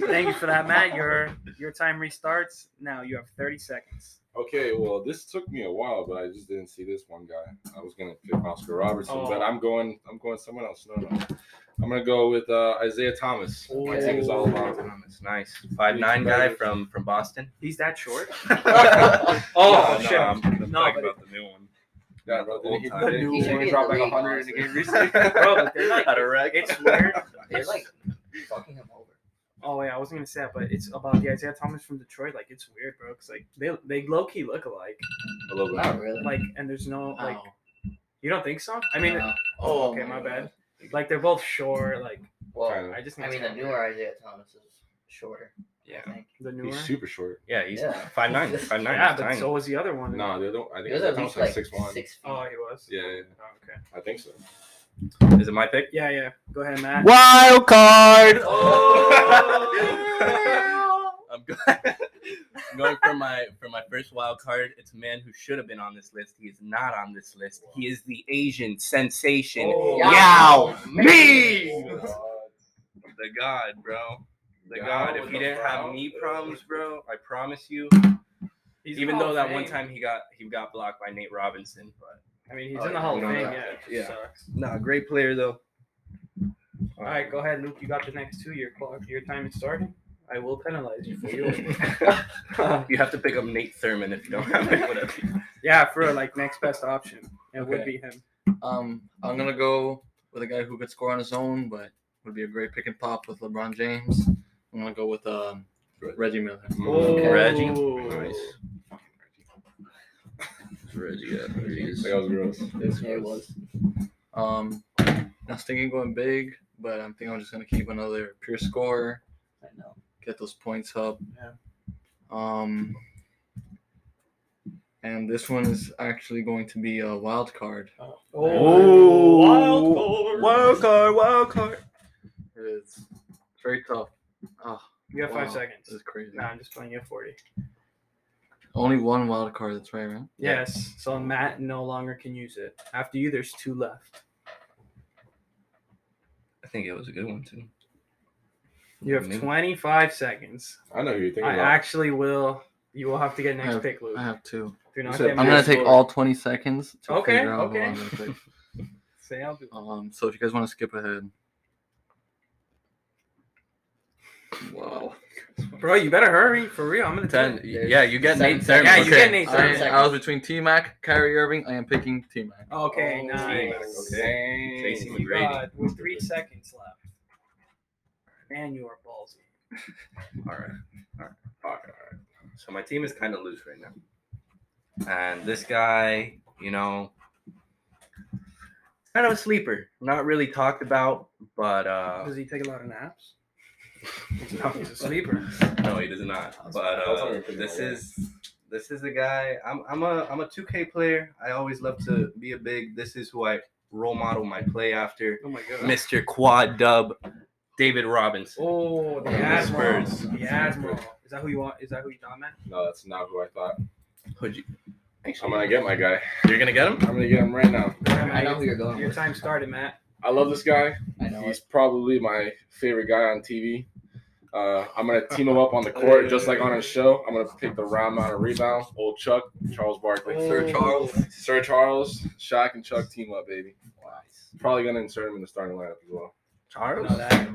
thank you for that, Matt. Your your time restarts now. You have thirty seconds.
Okay, well, this took me a while, but I just didn't see this one guy. I was gonna pick Oscar Robertson, but
Oh.
I'm going. I'm going someone else. No, no. I'm gonna go with uh, Isaiah Thomas. My team is all about.
Thomas, nice five nine guy from from Boston.
He's that short.
yeah,
Oh
No, no,
shit!
I'm talking
No, but
about the new one.
bro, didn't he,
The
didn't
new
he
one.
only drop like 100 in the game recently?
Bro, but they're like-
At a wreck.
it's weird.
They're like fucking him over.
Oh yeah, I wasn't gonna say that, but it's about the Isaiah Thomas from Detroit. Like it's weird, bro. Cause like they they low key look alike.
A little bit.
Not really.
Like and there's
Oh,
no like
Ow.
you don't think so? I mean,
Ow.
oh okay, my bad. Like they're both short. Like
well,
Kinda.
I just
I mean, the newer Isaiah Thomas is shorter.
Yeah.
I think.
the newer.
He's super short.
Yeah, he's
Yeah.
five nine. Five nine.
Yeah, but so was the other one.
No, they don't. I
He
think
was
Isaiah
at
Thomas
least
like,
like
six one.
Six feet.
Oh, he was.
Yeah, yeah,
Oh, okay.
I think so.
Is it my pick?
Yeah, yeah. Go ahead, Matt.
Wild card.
Oh. I'm go- I'm going for my for my first wild card. It's a man who should have been on this list. He is not on this list. He is the Asian sensation
Oh.
Yao
Oh,
Ming,
God.
the god, bro. The
Yao
god. If
with
he
the
didn't have
brown-
knee problems, bro, I promise you.
He's
Even
in the
though
Hall
that
of
one
Fame.
time he got he got blocked by Nate Robinson, but
I mean, he's
Oh,
in the
yeah,
Hall of
we
Fame.
don't
Yeah.
have
it
Yeah.
sucks.
nah, great player though.
All right, go ahead, Luke. You got the next two. Your clock, your time is starting. I will penalize you for you.
you have to pick up Nate Thurman if you don't have it. Whatever.
yeah, for like next best option, it would
Okay.
be him.
Um, I'm gonna go with a guy who could score on his own, but would be a great pick and pop with LeBron James. I'm gonna go with um, Reggie Miller.
Mm.
Reggie.
Nice.
Reggie, yeah,
That was gross.
Yeah, it was.
Um, I was thinking going big, but I'm thinking I'm just gonna keep another pure scorer,
I know.
get those points up.
Yeah.
Um, and this one is actually going to be a wild card.
Oh,
wild card. Wild card, wild card.
It's very tough. Oh,
You have five
wow,
seconds.
This is crazy.
Nah, I'm just playing you at 40.
Only one wild card. That's right, right?
Yes. So Matt no longer can use it. After you, there's two left.
I think it was a good one too.
You have
Mm-hmm.
Me?
25 seconds.
I know who you're thinking
I
about.
actually will. You will have to get next
have-
pick, Luke.
I have two.
Do not
You said-
get
Uh,
mad
I'm gonna
at
take
me.
all 20 seconds to
Okay,
figure out
okay.
who I'm gonna pick.
Say I'll do.
Um, so if you guys want to skip ahead, wow,
Bro, you better hurry for real. I'm gonna
Ten.
tell you.
Yeah, you get
Seven
Nate Thurman.
seconds.
Yeah, you
Okay.
get Nate.
I,
Thurman.
Seven
I was between T Mac, Kyrie Irving. I am picking T Mac.
Okay,
Oh,
nice.
okay.
Dang.
Tracy
You
McGrady.
got- with three seconds left. Man, you are ballsy.
All right, all right, all right. So my team is kind of loose right now, and this guy, you know, kind of a sleeper. Not really talked about, but uh,
Does he take a lot of naps? no, he's a sleeper.
no, he does not. But uh, this is this is the guy. I'm I'm a I'm a 2K player. I always love to be a big. This is who I role model my play after.
Oh my god.
Mr. Quad Dub, David Robinson.
Oh, the
Yeah,
Admiral.
Spurs.
The Admiral. Is that who you want? Is that who you thought, man?
No, that's not who I thought.
Who'd you?
I'm gonna get my guy.
You're gonna get him.
I'm gonna get him right now.
I know who you're going
Your
with.
time started, Matt.
I love this guy.
I know.
He's probably my favorite guy on TV. Uh, I'm gonna team him up on the court just like on his show. I'm gonna pick the round amount of rebounds. Old Chuck, Charles Barkley,
Oh.
Sir Charles, Sir Charles, Shaq and Chuck team up, baby. Probably gonna insert him in the starting lineup as well.
No, that that,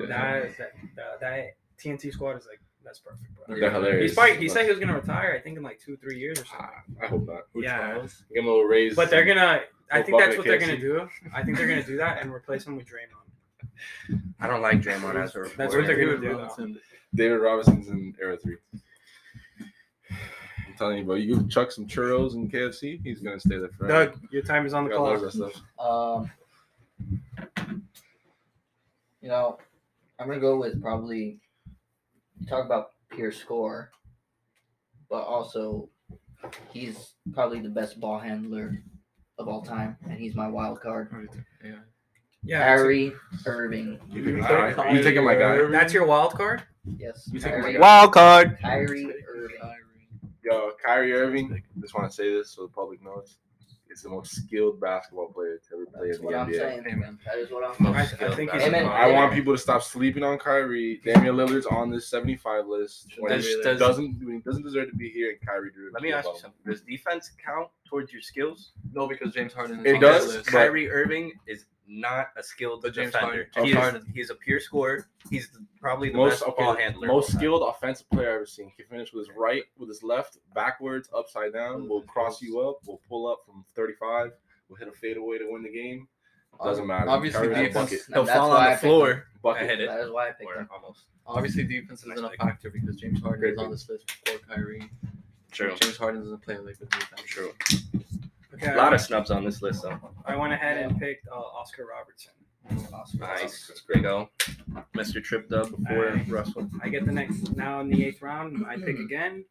is- that, that, that TNT squad is like that's perfect, bro.
They're hilarious.
He's probably, he said he was gonna retire. I think in like two, three years or something.
Ah, I hope not.
Yeah,
Give him a little raise.
but they're gonna. I
Little
think that's
bucket
what they're gonna
KFC.
do. I think they're gonna do that and replace him with Draymond.
I don't like Draymond as a reporter.
That's what they're gonna do. though.
Robinson.
David Robinson's in era three. I'm telling you, bro. You give Chuck some churros and KFC, he's gonna stay there forever.
Doug, your time is on the
Gotta love
clock.
that stuff.
Um, you know, I'm gonna go with probably you talk about pure score, but also he's probably the best ball handler of all time, and he's my wild card.
Already took- Yeah.
Yeah. that's-
Kyrie Irving.
You picking
I-
Ky- you taking my guy?
That's your wild card?
Yes.
You take
Kyrie,
my
Wild card.
Kyrie Irving.
Yo, Kyrie Irving. Just want to say this so the public knows. He's the most skilled basketball player to ever play
That's
in the
what I'm
NBA.
saying.
Hey, man.
That is what I'm.
I, I think he's
Amen.
I want people to stop sleeping on Kyrie. Damian Lillard's on this 75 list.
Does-
Does,
does-
doesn't doesn't deserve to be here. And Kyrie drew.
Let me ask you something. Does defense count towards your skills?
No, because James Harden is
It
on that
does,
list.
but-
Kyrie Irving is not a skilled
But James
defender.
Harden-
He
James
is,
Harden.
he's a pure scorer. He's the, probably the
Most
best
okay,
ball handler.
most
of all time.
skilled offensive player I've ever seen. He can finish with his right, with his left, backwards, upside down. Will cross you up. Will pull up from 35. Will hit a fadeaway to win the game.
Um,
Doesn't matter.
Obviously,
Kyrie had a
defense-
bucket.
He'll
That's
fall
why
on
I
the
picked
floor. I
Bucket.
hit it.
That is why I picked
Or
him.
almost.
Obviously, defense isn't a factor because James Harden
Great
is on
pick.
this list before Kyrie.
True.
James Harden doesn't play like the defense.
True.
okay,
A lot of snubs on this list, though.
I went ahead and picked uh, Oscar Robertson.
Nice. There you go. Mr. Tripped up before
Nice.
Russell.
I get the next now in the eighth round. I
Hmm.
pick again.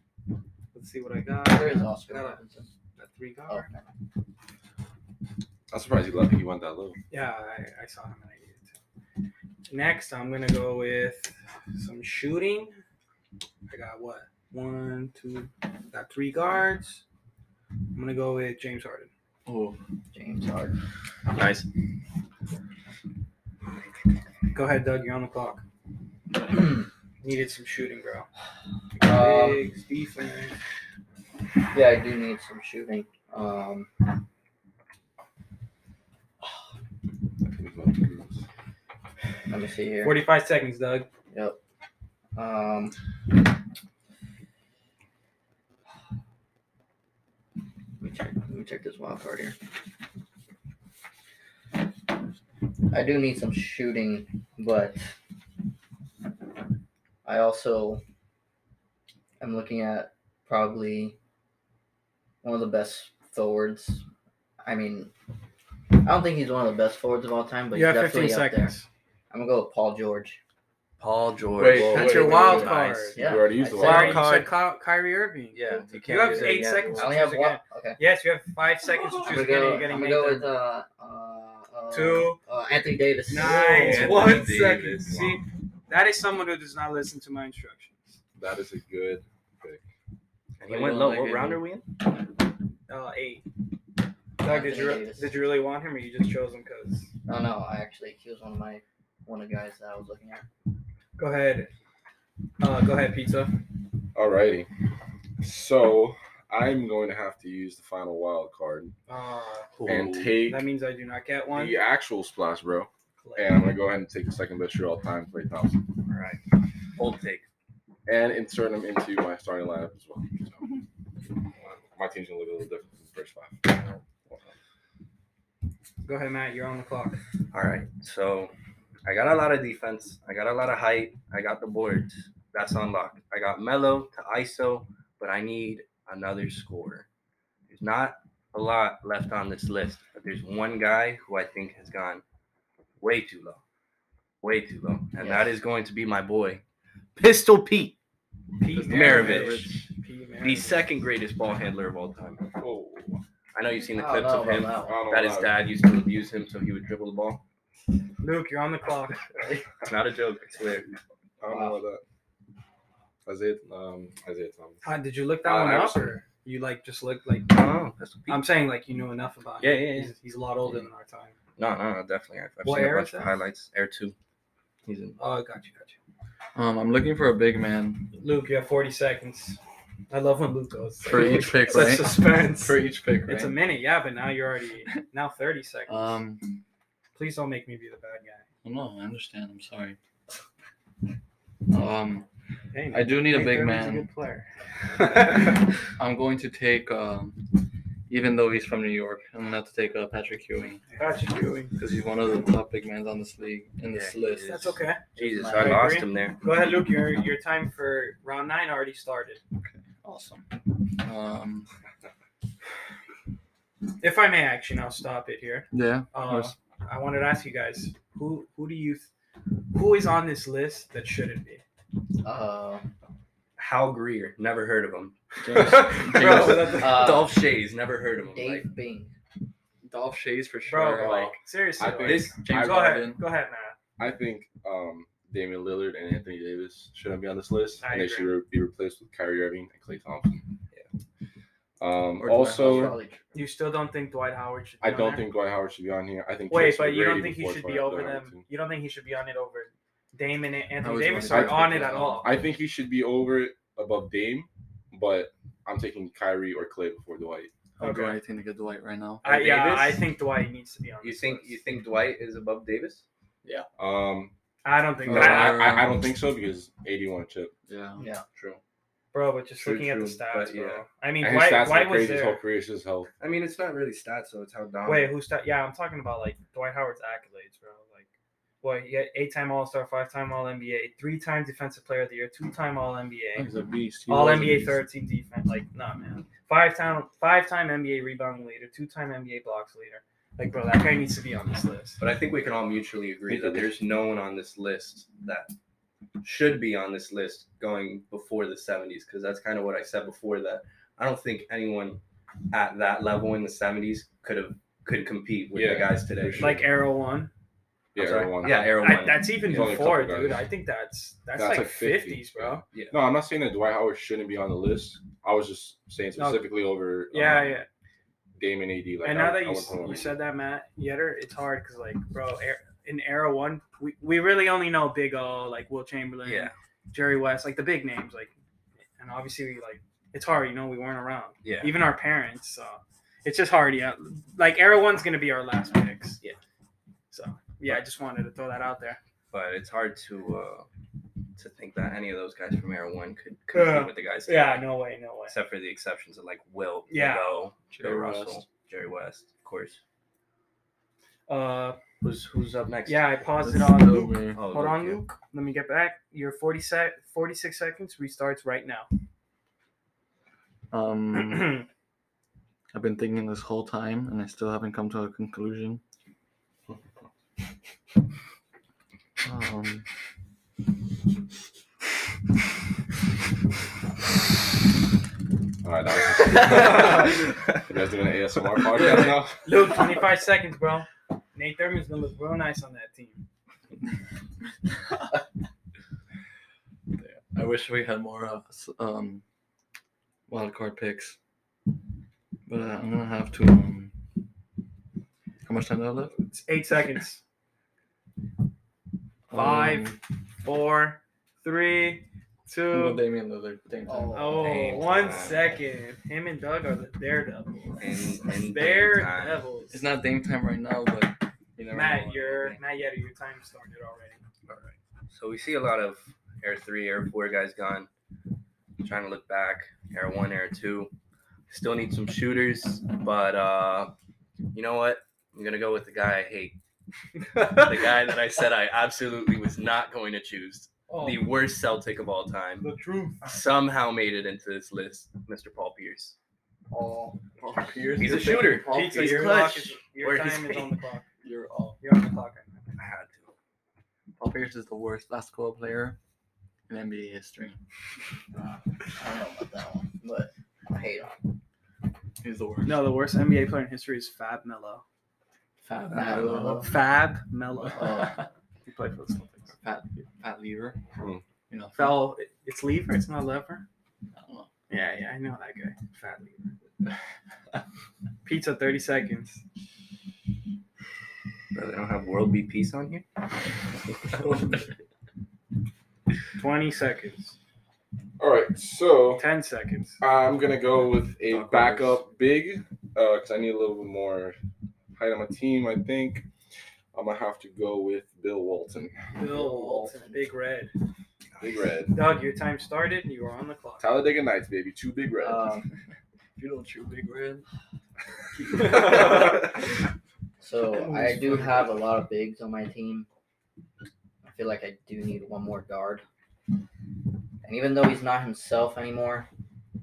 Let's see what I got.
Where is Oscar
Got a-
Robinson?
a three guard.
Oh, never mind.
I'm surprised he left. He went that
Oh.
low.
Yeah, I, I saw him and I needed to. Next, I'm gonna go with some shooting. I got what? One, two, got three guards. I'm gonna go with James Harden.
Oh,
James Harden.
Nice.
Go ahead, Doug. You're on the clock. Needed some shooting, bro.
Um,
Bigs, defense.
Yeah, I do need some shooting. Um,
I think he went through.
let me see here.
45 seconds, Doug.
Yep. Um. Let me check. Let me check this wild card here. I do need some shooting, but I also am looking at probably one of the best forwards. I mean, I don't think he's one of the best forwards of all time, but
you have
he's
15
definitely up there.
seconds.
I'm gonna go with Paul George.
Paul George.
Wait, Whoa,
That's
wait,
your
wait,
wild
wait.
card.
Nice.
Yeah,
You already used
I
the
said-
Wild card.
wild.
Wild
You
card.
said Ky- Kyrie Irving.
Yeah, you
You
can't
have
use it
eight
again.
seconds.
I only
to
have
choose
one.
again.
Okay.
Yes, you have five seconds to
I'm
choose
gonna
again.
go,
You're getting
I'm gonna
made
go
done.
with uh, uh, uh,
Two.
Uh, Anthony Davis.
Nice.
Anthony
One
Davis.
second.
Wow.
See, that is someone who does not listen to my instructions.
That is a good pick.
And he went low. What round are we in?
Uh, eight. Doug, did you
Anthony Davis.
did you really want him, or you just chose him because?
No, no. I actually, he was one of my one of the guys that I was looking at.
Go ahead. Uh, go ahead, pizza.
Alrighty. So I'm going to have to use the final wild card
Uh,
and take
that means I do not get one.
the actual splash, bro.
Click.
And I'm gonna go ahead and take the second best shooter all time, Clay Thompson,
All right. Old take.
and insert him into my starting lineup as well. So, my team's gonna look a little different from the first five.
Go ahead, Matt. You're on the clock.
All right. So I got a lot of defense. I got a lot of height. I got the boards. That's unlocked. I got Mello to ISO, but I need another scorer. There's not a lot left on this list, but there's one guy who I think has gone way too low. Way too low. And that is going to be my boy, Pistol Pete,
Pete
Maravich,
Pete
the
Maravich.
second greatest ball handler of all time.
Oh,
I know you've seen the
I don't
clips
know
of
about
him.
that one.
That his dad used to abuse him so he would dribble the ball.
Luke, you're on the clock.
It's not a joke, I swear.
I don't know about that. Isaiah, um, Isaiah Thomas.
Uh, did you look that
Uh,
one up,
Iverson.
or you like just looked like?
Oh, that's what
I'm saying like you knew enough about.
Yeah,
him.
yeah, yeah.
He's, he's a lot older than our time.
No, no, no, definitely. I've, I've
What
seen a
era
bunch
is
of
that?
highlights. Air two. He's in.
Oh, got you, got you.
Um, I'm looking for a big man
Luke, you have 40 seconds. I love when Luke goes.
for each pick,
Such
right?
suspense.
For each pick, right?
It's a minute, yeah, but now you're already now 30 seconds.
um,
Please don't make me be the bad guy.
no, I understand. I'm sorry. Um,
Hey,
I do need a
Nate
big
Thurman's
man.
A good player.
I'm going to take, um, even though he's from New York, I'm gonna have to take uh, Patrick Ewing
Got you, Dewey.
because he's one of the top big men on this league in this
Yeah, he
list.
is.
That's okay.
Jesus,
I
I lost
agree.
him there.
Go ahead, Luke. Your your time for round nine already started.
Awesome. Um,
If I may, actually, and I'll stop it here.
yeah.
Uh, I wanted to ask you guys who who do you th- who is on this list that shouldn't be?
Uh,
Hal Greer, never heard of him.
James-
Bro,
James-
that's-
uh,
Dolph Shays, never heard of him. Like,
Dave Bing.
Dolph Shays for
Bro,
sure.
but, like
like
seriously,
I
like,
think-
this James
go
Harden.
ahead, go ahead, Matt.
I think um, Damian Lillard and Anthony Davis shouldn't be on this list,
I
and they
agree.
should re- be replaced with Kyrie Irving and Klay Thompson. Yeah. Um,
Or Dwight
also,
Probably true.
You still don't think Dwight Howard should? Be
I
on
don't
there?
think Dwight Howard should be on here. I think.
Wait,
Jason
but you don't
McGrady
think he
before
should be
Dwight
over
Howard,
them?
too.
You don't think he should be on it over Dame and Anthony
was
Davis
wondering
are
if
on
they
it at
were.
all?
I think he should be over it above Dame, but I'm taking Kyrie or Klay before Dwight.
I'll do
okay.
anything to get Dwight right now.
I, yeah,
Davis?
I think Dwight needs to be on.
You
this
think
list.
you think Dwight is above Davis?
Um,
I don't think
Uh,
no,
that,
I, I, I don't think so because 81 chip.
Yeah.
True.
bro. But just
True,
looking at the
true, but
stats, bro.
yeah.
I mean,
And his
Dwight,
stats
Dwight
are
was
crazy. His whole
there.
career is just health.
I mean, it's not really stats, so it's how dominant.
Wait, who's that? Yeah, I'm talking about like Dwight Howard's accolades, bro. Like, well, he had eight-time All-Star, five-time All-NBA, three-time Defensive Player of the Year, two-time All-NBA,
He's a beast. He
All
was a
NBA
beast.
third team defense. Like, nah, man. Five time five time NBA rebounding leader, two time NBA blocks leader. Like, bro, that guy needs to be on this list.
But I think we can all mutually agree that there's no one on this list that should be on this list going before the 70s, because that's kind of what I said before that I don't think anyone at that level in the 70s could have could compete with
Yeah,
the guys today.
sure.
Like Arrow one.
Yeah,
I'm sorry?
everyone.
Yeah, Arrow
I,
one.
that's even
There's only a
before,
couple
dude.
guys.
I think that's that's,
That's
like
like 50,
fifties, bro.
No, I'm not saying that Dwight Howard shouldn't be on the list. I was just saying
No.
specifically over um,
Yeah, yeah.
Dame and AD. Like,
and
I-
now
I
that you,
wouldn't put him
you
on.
said that, Matt Yetter, it's hard because like, bro, Air, in Arrow One, we, we really only know Big O, like Will Chamberlain,
Yeah.
Jerry West, like the big names, like, and obviously we like it's hard, you know, we weren't around,
Yeah.
even our parents, so it's just hard. Yeah, like Arrow One's gonna be our last picks.
Yeah.
So yeah, I just wanted to throw that out there.
But it's hard to uh, to think that any of those guys from Arrow One could compete
Yeah.
with the guys. today,
Uh, Yeah, no way, no way.
Except for the exceptions of like Will,
Yeah.
Go, Jerry
Jerry
Russell,
West.
Jerry West, of course.
Uh,
Who's who's up next?
yeah, I paused it
That's
on Luke.
over.
Oh,
Hold on,
yeah.
Luke. Let me get back. Your 40 sec, 46 seconds restarts right
Um.
now.
I've been thinking this whole time, and I still haven't come to a conclusion. Um,
All right, that was you guys doing an ASMR podcast now?
Luke, 25 seconds, bro. Nate Thurman's gonna look real nice on that team.
I wish we had more uh, s- um, wild card picks, but uh, I'm gonna have to. Um, how much time do I have left?
It's eight seconds. Five,
Um,
Four, three,
I'm gonna go
two.
Damian Lillard. Dame time.
Oh.
Oh,
Dame
one
time.
second. Him and Doug are the daredevils.
And- and Dame time.
Daredevils.
It's not Dame time right now, but you never know.
Matt, your Matt Yetter, your time started already.
All right. So we see a lot of Air 3, Air 4 guys gone. Trying to look back. Air 1, Air 2. Still need some shooters, but uh, you know what? I'm going to go with the guy I hate. The guy that I said I absolutely was not going to choose.
Oh,
The worst Celtic of all time.
the truth.
Somehow made it into this list, Mr. Paul Pierce.
All
He's a shooter.
Pizza,
he's
your
clutch.
clock is, your
Where
time
he's
is on the clock.
You're all.
You're on the clock. right now.
I had to.
uh, Paul Pierce is the worst basketball player in NBA history.
I don't know about that one, but I hate him.
He's the worst.
No, the worst NBA player in history is Fab Mello.
Fat
Fat
Uh-huh.
Melo.
Fab Mello.
Uh,
He played for the Celtics.
Pat, Pat Lever.
Hmm.
You know, Fat,
Fell. It's lever. It's not lever.
I don't know.
Yeah, yeah, I know that guy. Fat lever. Pizza, thirty seconds.
Bro, they don't have World Be Peace on here?
Twenty seconds.
All right, so
Ten seconds.
I'm gonna go with a
Doc Rivers.
backup big because I need a little bit more height on my team. I think I'm gonna have to go with Bill Walton,
Bill Walton, Big Red.
Big Red,
Doug, your time started, and you are on the clock.
Talladega Nights, baby, two Big Red.
Um,
you don't chew big red.
Oh,
so I do have a lot of bigs on my team. I feel like I do need one more guard. And even though he's not himself anymore,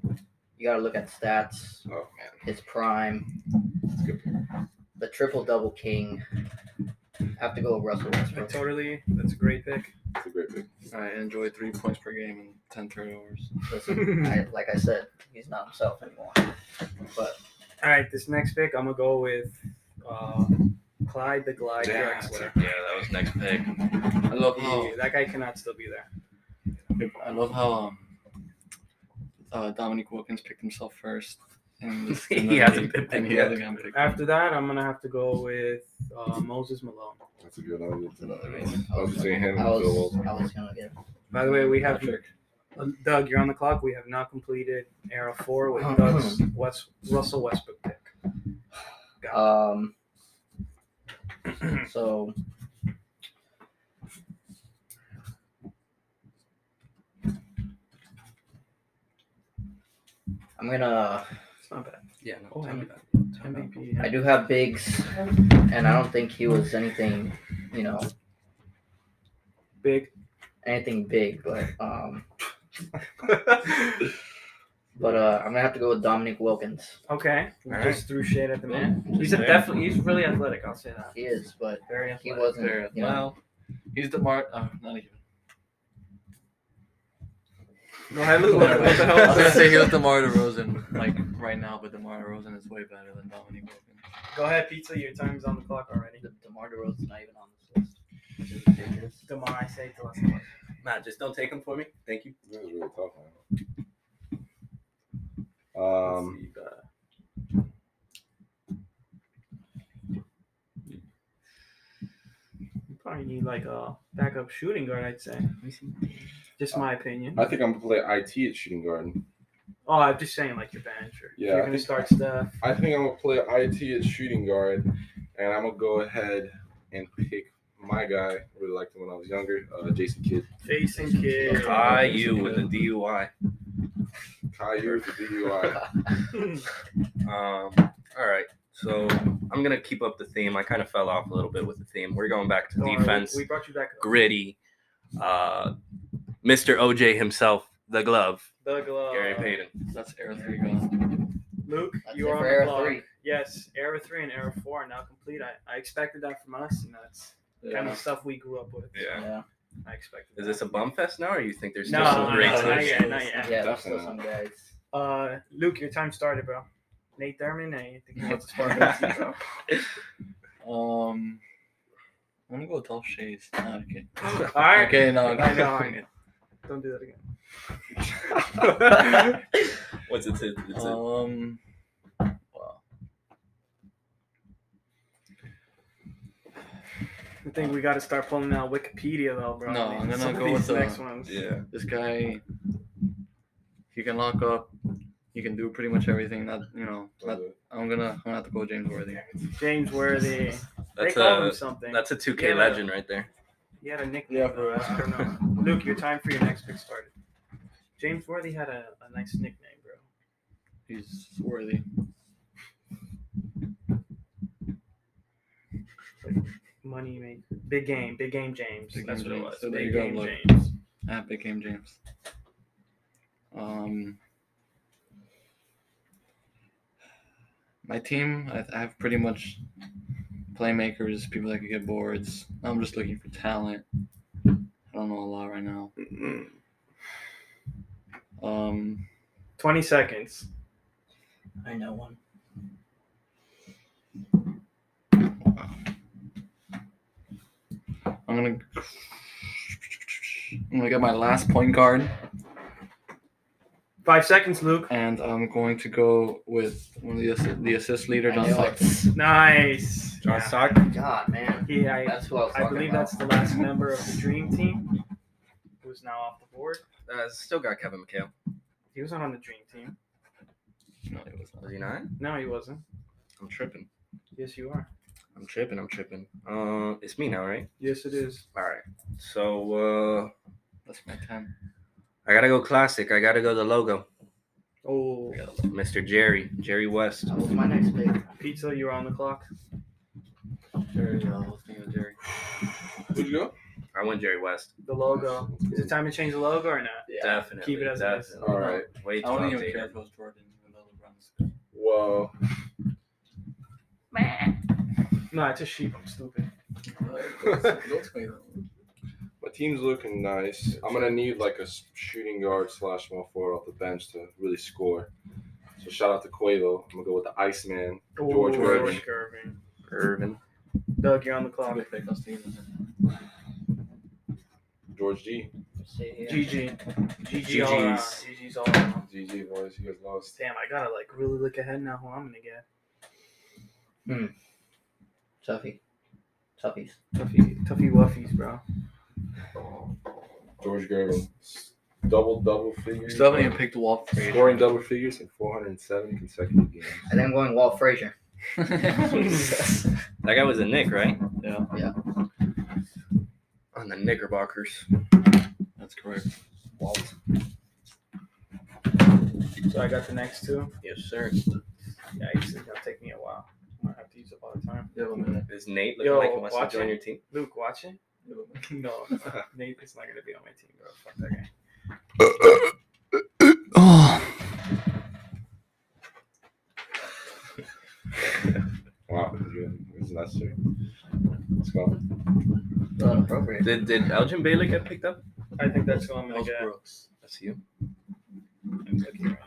you gotta look at stats,
oh man,
his prime,
that's a good. pick.
the triple double king. I have to go with Russell
I
Westbrook.
totally. That's a great pick.
That's a great pick.
All right, enjoy three points per game and 10 turnovers.
Listen, I, like I said, he's not himself anymore.
All right, this next pick, I'm gonna go with uh, uh, Clyde the Glide
Yeah,
Drexler.
that was next pick.
I love how
He- that guy cannot still be there.
I love how um, uh, Dominic Wilkins picked himself first. In this,
He
in the
hasn't
league,
been
and he
picked
hasn't gotten picked.
After that, I'm gonna have to go with uh, Moses Malone.
That's a good one. That's another
Nice.
one.
I
I was
was,
just saying him
I
and Bill
was,
Walton.
I was gonna get
By the way, we have
Patrick.
uh, Doug. You're on the clock. We have not completed era four
Oh,
with Doug's
hmm.
West Russell Westbrook pick.
Um. So. I'm gonna.
It's not bad.
Yeah, no.
Oh,
Dominic-
MVP.
I do have Biggs, and I don't think he was anything, you know,
Big.
anything big, but um, but uh, I'm gonna have to go with Dominic Wilkins.
Okay.
All right.
Just threw shade at the man. He's a
Yeah.
definitely. He's really athletic. I'll say that.
He is, but
Very
he
athletic.
wasn't.
Fair.
You know,
Well, he's the Mart. Uh, not even.
Go ahead, Lou.
I
What the hell?
was gonna
is
say
that?
he was Demar Derozan, like right now, but Demar Derozan is way better than Dominic Wilkins.
Go ahead, pizza. Your time's on the clock already.
De- DeMar DeRozan's not even on this list, which is ridiculous.
Demar, I say the last one.
Matt, just don't take him for me. Thank you.
That was really tough, man. Um,
Let's see, uh,
You probably need like a backup shooting guard. I'd say.
uh,
Just my opinion.
I think I'm gonna play IT at shooting guard.
Oh, I'm just saying like your bencher.
Yeah,
You're
I
gonna
think-
start stuff.
I think I'm gonna play IT at shooting guard, and I'm gonna go ahead and pick my guy. Really liked him when I was younger, uh, Jason Kidd.
Facing kid.
Caillou with a DUI.
Caillou for DUI.
Um, all right. So I'm gonna keep up the theme. I kind of fell off a little bit with the theme. We're going back to
Don't worry,
defense,
We, we brought you back. up.
gritty. Uh, Mr. OJ himself, the glove,
The glove.
Gary Payton.
That's Air Three gone.
uh, Luke,
That's
you
it
are on
for
the
era
clock.
three.
Yes, era three and era four are now complete. I, I expected that from us, and that's kind of stuff we grew up with.
Yeah.
Yeah,
I expected.
Is
that.
this a bum fest now, or you think there's still
No,
some
no,
great
no, not
teams?
yet, not yet.
yeah, there's still
Definitely.
some guys.
Uh, Luke, your time started, bro. Nate Thurman, I think he wants to spark with you, bro.
Um, I'm gonna go with Dolph Shays. Nah, okay.
All right,
Okay, no.
I know, I know. don't do that again.
What's it? It's it's a,
Um. Wow.
I think we got to start pulling out Wikipedia though, bro.
No, I'm gonna
Some
go
of
with uh,
these
the-
next ones.
yeah.
This guy, he can lock up. He can do pretty much everything. Not you know. Not, I'm gonna. I'm gonna have to go with James Worthy.
James Worthy.
uh,
they
That's
call him
a
something.
that's a 2K
Yeah.
legend right there.
He had a nickname. Yeah, bro. I don't know. Luke, your time for your next pick started. James Worthy had a, a nice nickname, bro.
He's worthy.
Money made big game, big game James.
Big
That's
Game
what it
James.
was.
So there
big
you go,
game
look.
James.
Ah, big game, James. Um, my team, I, I have pretty much playmakers, people that can get boards. I'm just looking for talent. I don't know a lot right now. Um,
Twenty seconds.
I know one.
I'm gonna, I'm gonna get my last point guard,
Five seconds, Luke.
and I'm going to go with one of the assist, the assist leader,
I
John
knew
Stockton.
Nice.
John
Yeah.
Stockton.
God, man,
He, I,
that's who I was
I
talking
believe
about.
that's the last member of the Dream Team, who's now off the board.
Uh, still got Kevin McHale.
He was not on the Dream Team.
No, it was not.
Was he not?
No, he wasn't.
I'm tripping.
Yes, you are.
I'm tripping. I'm tripping. Uh, it's me now, right?
Yes, it is.
All right. So uh,
That's my time.
I gotta go classic. I gotta go the logo,
Oh,
Mr. Jerry, Jerry West.
That was my next pick.
pizza, you're on the clock.
Jerry, I was thinking of Jerry.
Who'd you go?
I went Jerry West.
The logo. Is it time to change the logo or not?
Definitely.
Keep it as it is.
definitely.
All right.
Way too
I wouldn't even
outdated.
care if it was Jordan, even though LeBron's good.
Whoa.
No, it's a sheep. I'm stupid.
My team's looking nice. I'm gonna need like a s- shooting guard slash small forward off the bench to really score. So shout out to Quavo. I'm gonna go with the Iceman, George
Ooh,
Gervin.
Oh, Gervin.
Irvin.
Doug, you're on the clock.
Good pick, I'll see you.
George G.
Let's see here.
GG. GG all around.
GGs.
GG's all around.
GG, boys. You guys lost.
Damn, I gotta like really look ahead now who I'm gonna get.
Tuffy. Tuffy's.
Tuffy, Tuffy Wuffies, bro.
George Gervin. S- Double double figures.
Still haven't even picked Walt
Scoring double figures in 407 consecutive games.
And then going Walt Frazier.
double.
That guy was a Nick, right?
Yeah.
Yeah.
On the Knickerbockers.
That's correct.
Walt.
So I got the next two.
Yes, sir.
Yeah, it's gonna take me a while. I'm gonna have to use up all the time.
You have a minute.
Is Nate looking
Yo,
like he wants
watch
to join
it.
your team?
Luke, watch it. No, Nate is not gonna be on my team, bro. Fuck that guy.
Oh.
Wow, it was necessary. Let's go.
Not appropriate.
Did did Elgin Baylor get picked up?
I think that's who I'm gonna
Miles
get.
Brooks.
That's you.
I'm looking right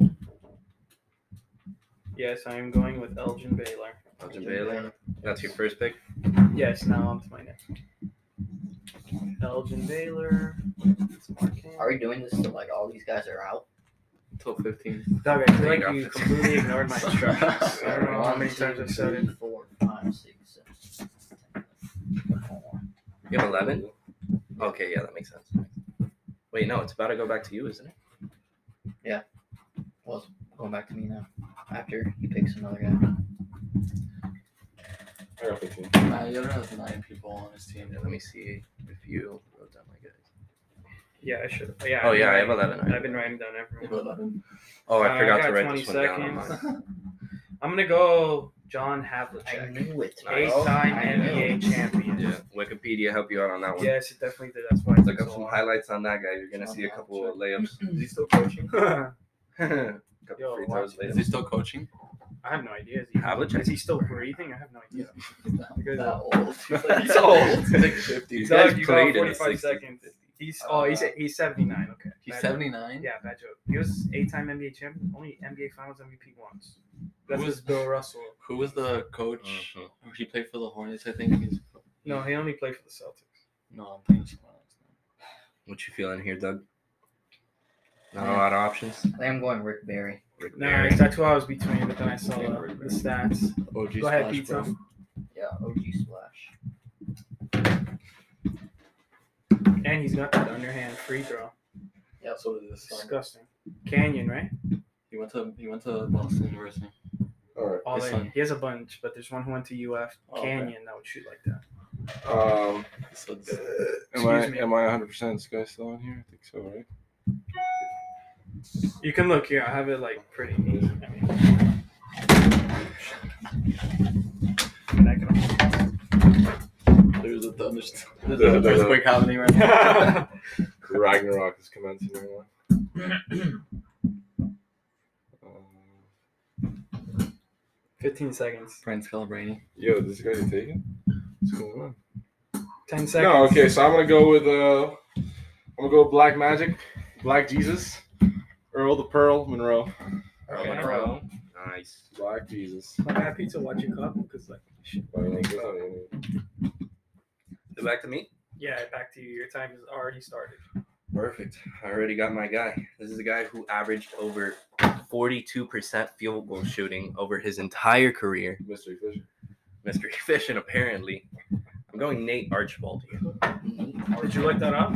now. Yes, I am going with Elgin Baylor.
Elgin Baylor. That's your first pick.
Yes, now on to my next. one. Elgin Baylor. It's Marquand.
Are we doing this till like all these guys are out?
Till 15.
Doug, I feel like you completely ignored my instructions. I don't know how
One,
many
two,
times I've said it.
three, four, five, six, seven, eight, nine, ten.
You have eleven. Okay, yeah, that makes sense. Wait, no, it's about to go back to you, isn't it?
Well, it's going back to me now. After he picks another guy.
I got 15.
Uh, Yoder has nine people on his team.
Yeah, let me see if you wrote down my guys.
Yeah, I should. Yeah.
Oh
I've been
yeah, I have
writing-
eleven.
I've been writing down
You have
everyone.
11.
Oh, I
Uh,
forgot
I
to
got
write this
20
one down on mine.
seconds. I'm gonna go John
I
Havlicek,
knew it. bro.
eight-time
I knew it.
NBA champion.
Yeah, Wikipedia helped you out on that one.
Yes, it definitely did. That's why. it
Look
took
up
so
some
long.
highlights on that guy. You're gonna see a couple of layups.
Is he still coaching?
couple
Yo,
free
watch
throws
Is
later.
he still coaching?
I have no idea. Is he,
Havlicek?
is he still breathing? I have no idea. Because-
That old. He's like,
That's old.
He's like 50.
He's
He's,
Doug,
guys
you
played in
got
the
45
60s.
seconds. He's oh, he's he's 79. Okay, Bad joke.
79?
Yeah, bad joke. He was eight-time NBA champion, only NBA Finals MVP once. That
Who
was Bill Russell.
Who was the
Uh,
coach?
Mhm.
He played for the Hornets, I think. He's...
No, he only played for the Celtics.
No, I'm thinking someone else.
What you feeling here, Doug? Not a lot of options.
I think I'm going Rick Barry.
Rick
No,
Barry.
that's who I was between, but then I saw uh, the stats.
OG
Go ahead,
Splash
Pizza.
Bros.
Yeah, OG Splash.
And he's got that underhand free throw.
Yeah, so did this son.
Disgusting. Canyon, right?
He went to he went to Boston University.
All right.
All
His
in.
son.
He has a bunch, but there's one who went to UF.
Oh, okay.
Canyon that would shoot like that.
Um,
So it's-
am I
Excuse me.
am I 100 percent this guy still on here? I think so, right?
You can look here. I have it like pretty neat. I mean, and I can-
there's a thunderstorm. There's
There's
an
a-
earthquake happening right now.
Ragnarok is commencing right now. Um,
15 seconds.
Brian Scalabrine.
yo, this guy's taken. What's going on?
10 seconds.
No, okay, so I'm gonna go with uh, I'm gonna go with Black Magic, Black Jesus, Earl the Pearl Monroe,
Okay.
Okay.
Monroe. Nice.
Black Jesus.
Like, I have pizza watch your cup because like shit.
I don't know, there's not any-
Go back to me.
Yeah, back to you. Your time has already started.
Perfect. I already got my guy. This is a guy who averaged over 42% field goal shooting over his entire career.
Mystery Fisher.
Mr. Efficient, apparently. I'm going Nate Archibald here.
Oh, Did you look that up?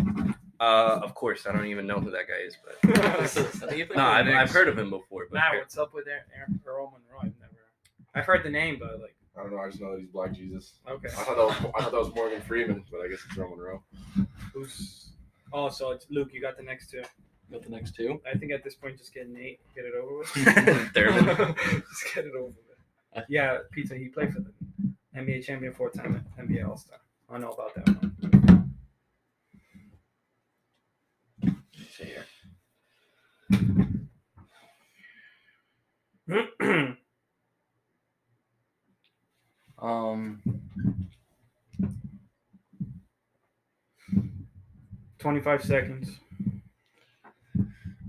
Uh, of course, I don't even know who that guy is, but no,
Nah,
I've, I've heard of him before. But
Nah, what's up with Aaron, Aaron Earl Monroe? I've never. I've heard the name, but like,
I don't know. I just know that he's Black Jesus.
okay,
I thought that was I thought that was Morgan Freeman, but I guess it's Earl Monroe.
who's? Oh, so it's Luke. You got the next two.
Got the next two.
I think at this point, just get Nate, get it over with.
Thurman.
just get it over with. Yeah, pizza. He played for the NBA champion four time NBA All Star. I know about that one.
Let's see here.
Um,
25 seconds.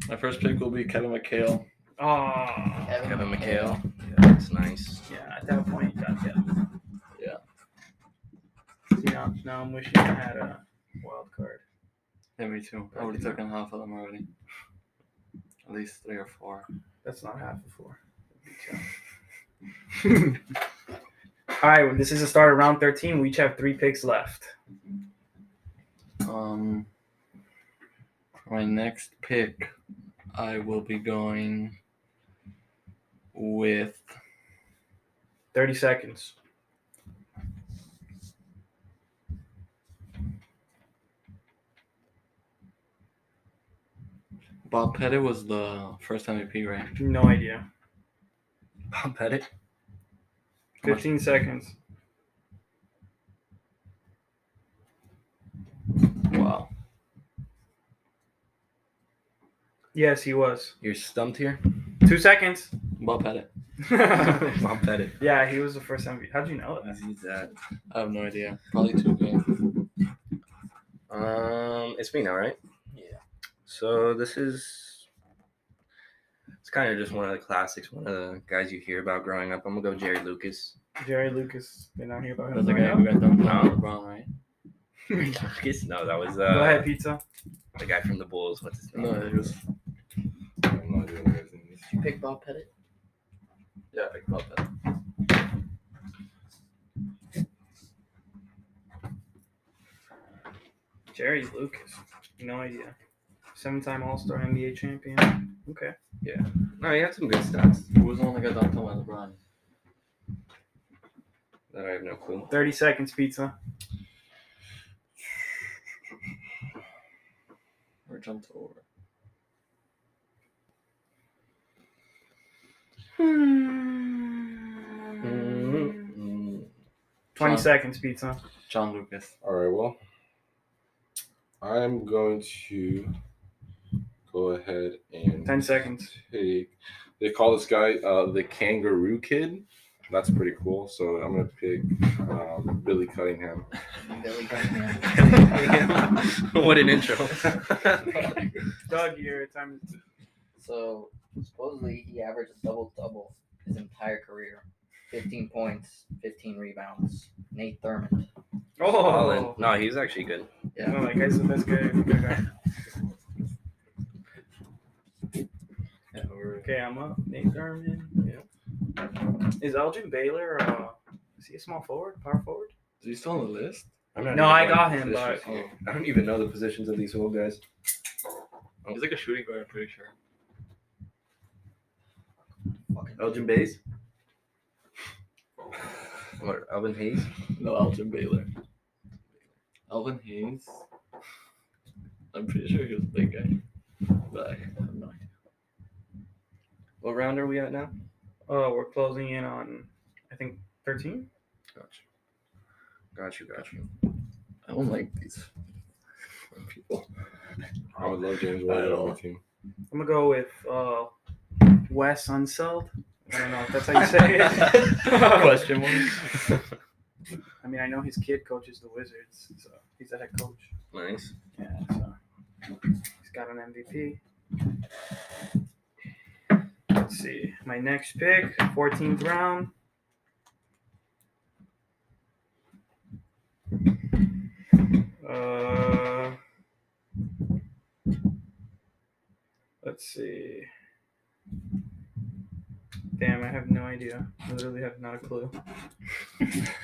my first pick will be Kevin McHale.
Oh,
Kevin McHale. That's nice.
Yeah, at that point, you got them.
Yeah.
See, now, now I'm wishing I had a wild card.
Yeah, me too. I would have taken half of them already. At least three or four.
That's not half of four. All right, well, this is the start of round 13. We each have three picks left.
Um, for my next pick, I will be going with
30 seconds.
Bob Pettit was the first MVP, right?
No idea.
Bob Pettit.
15 seconds.
Wow.
Yes, he was.
You're stumped here.
Two seconds.
Bob Pettit.
yeah,
Bob Pettit.
he was the first MVP. How'd you know that?
He's that.
I have no idea. Probably two games.
Um, it's me now, right?
Yeah.
So this is. It's kind of just one of the classics, one of the guys you hear about growing up. I'm gonna go Jerry Lucas.
Jerry Lucas. Did not hear about him.
That's the
right
guy
now?
who got dunked on
No.
LeBron, right?
Jerry Lucas? No, that was
Go
uh,
ahead, pizza.
the guy from the Bulls. What's his name?
No, it was.
I'm not doing this.
You pick Bob Pettit.
Yeah, I picked Bob Pettit.
Jerry Lucas. No idea. Seven time All Star NBA champion. Okay.
No, he had some good stats
Who was the one that got dunked on by LeBron?
that I have no clue.
30 seconds, pizza.
Or jumped over?
Mm-hmm.
20
John-
seconds, pizza.
John Lucas.
All right, well, I'm going to go ahead and
10 seconds.
take. They call this guy uh, the Kangaroo Kid. That's pretty cool. So I'm gonna pick um, Billy Cunningham.
Billy Cunningham.
what an intro.
Doug, your time is.
So supposedly he averaged a double double his entire career. 15 points, 15 rebounds. Nate Thurmond.
Colin.
Oh,
No, he's actually good.
no, that guy's the best guy. Good guy. Okay, I'm up. Nate Thurman. Yeah. Is Elgin Baylor, uh, is he a small forward, power forward?
Is he still on the list?
I'm not
No,
even
I
going
got him,
positions
but-
Oh.
here. I don't even know the positions of these old guys. Oh.
He's like a shooting guard, I'm pretty sure.
Fucking
Elgin Bays. What, Elvin Hayes?
No, Elgin Baylor. Elvin Hayes. I'm pretty sure he was a big guy. But I have no idea.
What round are we at now?
Uh, we're closing in on, I think, 13?
Gotcha. Got you, got you.
I don't like these people.
I would love James Ward on my team.
I'm going to go with uh, Wes Unseld. I don't know if that's how you say it.
Question one.
I mean, I know his kid coaches the Wizards, so he's a head coach.
Nice.
Yeah, so he's got an MVP. Let's see. My next pick, 14th round. Uh, let's see. Damn, I have no idea. I literally have not a clue.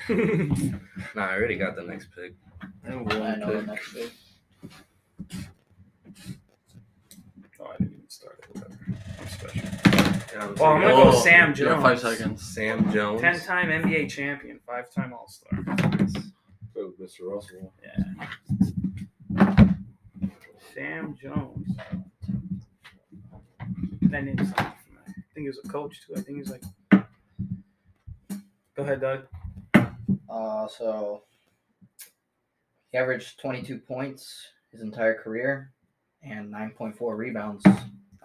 Nah, I already got the next pick.
I have
I
one
know the
pick.
next big.
oh, I didn't even start it. Whatever. I'm special.
Yeah,
Oh, I'm gonna
Oh,
go with Sam
yeah,
Jones.
five seconds.
Sam Jones.
Ten-time NBA champion, five-time All-Star.
Go with Mr. Russell.
Yeah. Sam Jones. That name's not familiar. I think he was a coach too. I think he's like. Go ahead, Doug.
Uh, so he averaged 22 points his entire career and 9.4 rebounds. I'm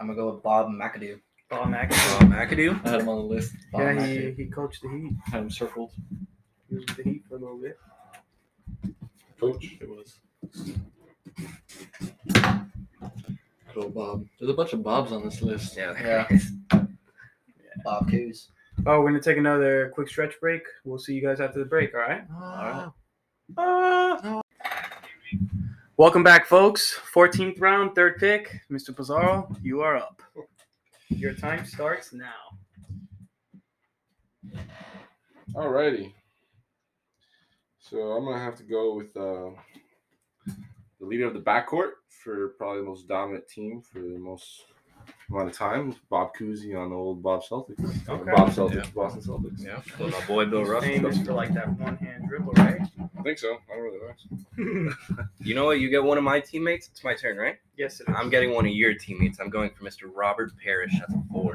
gonna go with Bob McAdoo.
Bob Mack.
Uh, McAdoo.
I had him on the list.
Bob
Yeah, he,
McAdoo.
he coached the Heat.
I had him circled.
He was with the Heat for a little bit.
Coach.
It was. Good old Bob. There's a bunch of Bobs on this list.
Yeah.
Yeah. Bob Coos.
Oh, we're gonna take another quick stretch break. We'll see you guys after the break. All right.
Ah,
Uh, Welcome back, folks. 14th round, third pick. Mr. Pizarro, you are up. Your time starts now.
Alrighty. So I'm gonna have to go with uh, the leader of the backcourt for probably the most dominant team for the most amount of time, Bob Cousy on the old Bob Celtics, Uh,
Okay.
Bob Celtics, Boston Celtics.
Yeah. Well, my boy Bill Russell.
Famous for like that one hand dribble, right?
I think so. I don't really know.
You know what? You get one of my teammates. It's my turn, right?
yes, it is.
I'm getting one of your teammates. I'm going for Mr. Robert Parrish at the four.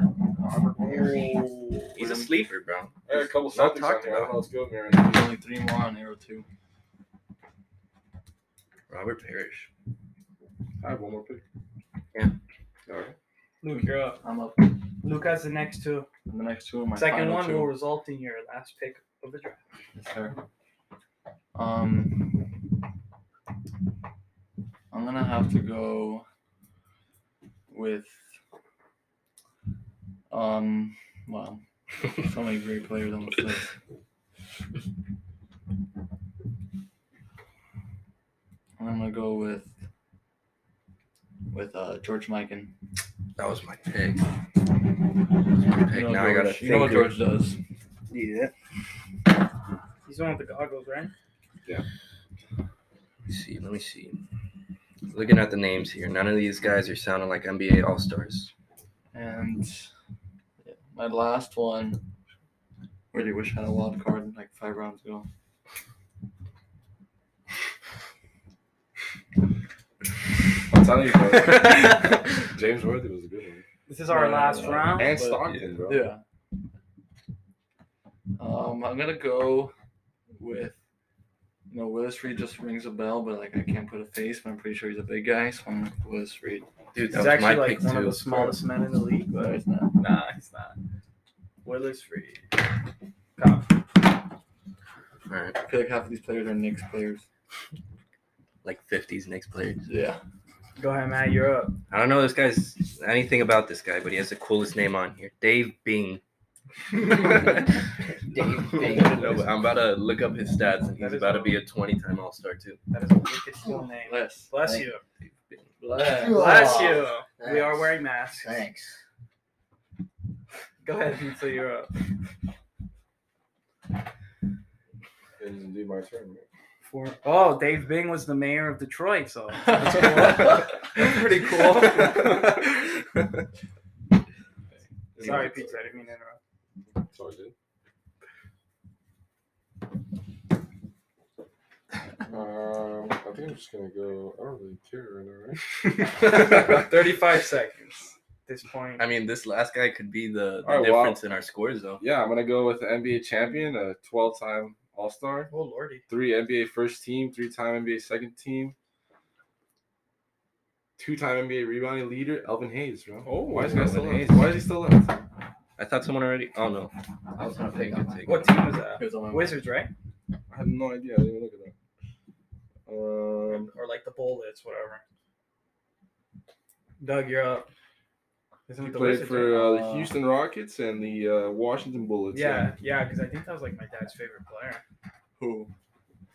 He's a sleeper, bro.
I had a couple
Not
Celtics on
talked
here. I don't
about.
know what's going there.
There's only three more on arrow two.
Robert Parrish.
I have one more pick.
Yeah.
All right.
Luke, you're up.
I'm up.
Luke has the next two.
And the next two are my
Second
final
one
two.
will result in your last pick of the draft.
Yes, sir. Um, I'm gonna have to go with um. Wow, so many great players on the list. I'm gonna go with with uh George Mikan.
That was my pick. That was my pick.
You know,
now I gotta
George- you know what
think
George does.
who- Yeah.
He's the one with the goggles, right?
Let me see. Let me see. Looking at the names here, none of these guys are sounding like NBA All Stars.
And yeah, my last one, really wish I had a wild card like five rounds ago.
I'm telling you, bro. James Worthy was a good one.
This is our
Yeah,
last
yeah.
round.
And
but-
Stockton, bro.
Yeah. Um, I'm gonna go with, you know, Willis Reed just rings a bell, but like I can't put a face, but I'm pretty sure he's a big guy, so I'm gonna go Willis Reed.
Dude, that
He's
was my
actually like
pick
one of
too.
the smallest men in the league,
But
but
it's not.
nah, he's not. Willis Reed. Cough.
All right,
I feel like half of these players are Knicks players.
like 50s Knicks player.
Yeah.
Go ahead, Matt. You're up.
I don't know this guy's anything about this guy, but he has the coolest name on here, Dave Bing.
Dave Bing.
No, but I'm about to look up his stats, and he's
That is
about to be a 20-time All Star too.
That is a wicked cool name.
Bless.
Bless
Thank-
you.
Bless.
Bless
Aw,
you. We
thanks.
are wearing masks.
Thanks.
Go ahead, Pizza. You're up.
It's indeed my turn.
For, oh, Dave Bing was the mayor of Detroit, so
That's
pretty cool.
Man.
sorry, Pizza. I didn't mean to interrupt.
That's all I did. Um, I think I'm just gonna go. I don't really care right now, right?
Thirty-five seconds. At this point,
I mean, this last guy could be the, the
All right, well-
difference in our scores, though.
Yeah, I'm gonna go with the NBA champion, a 12-time All-Star,
oh lordy,
three NBA first team, three-time NBA second team, two-time NBA rebounding leader, Elvin Hayes, bro.
Oh,
why is this guy still
Elvin
left? Why is he still left?
I thought someone already. Oh no,
I was gonna pick
Good take.
what team was that?
Here's all my-
Wizards, right?
I have no idea. I didn't even look at that. Um,
or like the Bullets, whatever. Doug, you're up. Isn't
he
it the
played
Wizards?
for
right?
uh,
Uh,
the Houston Rockets and the uh, Washington Bullets.
yeah, yeah, because I think that was like my dad's favorite player.
Who?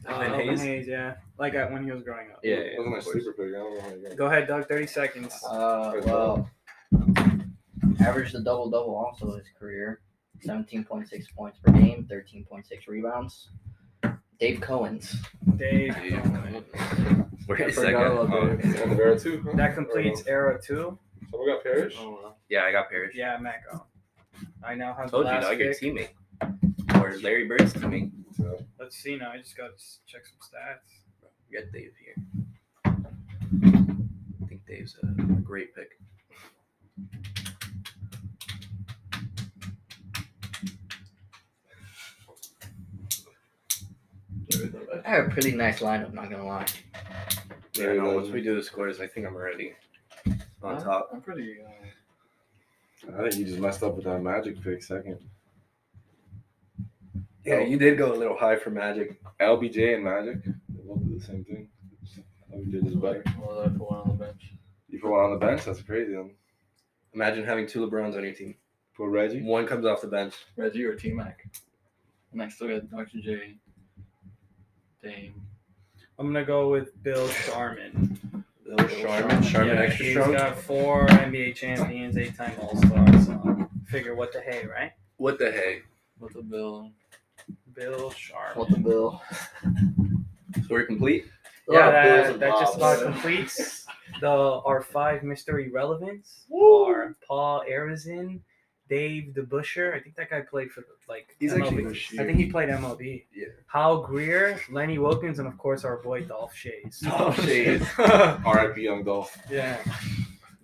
Elvin
Elvin
Hayes?
yeah, like at, when he was growing up.
Yeah,
It
yeah,
wasn't
of
a
course.
sleeper pick. I don't know how you got it.
Go ahead, Doug. Thirty seconds.
Uh, well, averaged the double double also his career 17.6 points per game, 13.6 rebounds. Dave Cohen's.
Dave.
Where
I
is that guy?
forgot about
Oh,
that.
It's on the Vera too. Huh?
That completes era two.
Or no. Someone got Parrish.
Oh, well.
yeah, I got Parrish.
Yeah, Matt, go. I now have
Told
the
you,
last
dog, your
pick.
teammate or Larry Bird's teammate.
So,
Let's see now. I just got to check some stats.
We got Dave here. I think Dave's a great pick.
I have a pretty nice lineup, not gonna lie.
Yeah, no, once we do the scores, I think I'm already on
Huh?
top.
I'm pretty. Uh,
I think you just messed up with that Magic pick second.
Yeah, you did go a little high for Magic.
LBJ and Magic, they both do the same thing. LBJ is better.
well, I put one on the bench.
You put one on the bench. That's crazy. Then.
Imagine having two LeBrons on your team.
For Reggie?
One comes off the bench.
Reggie or T Mac. And I still got Dr. J. Dame.
I'm gonna go with Bill Sharman.
Bill Sharman. Sharman
yeah,
extra
he's
strong.
got four NBA champions, eight-time All-Star. So figure what the hey, right?
what the hey?
What's the bill?
Bill Sharman.
What the bill?
So we're complete.
Yeah,
Bills
that,
and
that just
Bobs.
about completes the our five mystery relevance. Are Paul Arizin, Dave the Busher. I think that guy played for like
He's actually-
MLB. I think he played MLB.
Yeah.
Hal Greer, Lenny Wilkins, and of course our boy Dolph Shays.
Oh, shit.
R.I.P. Young Dolph.
Yeah.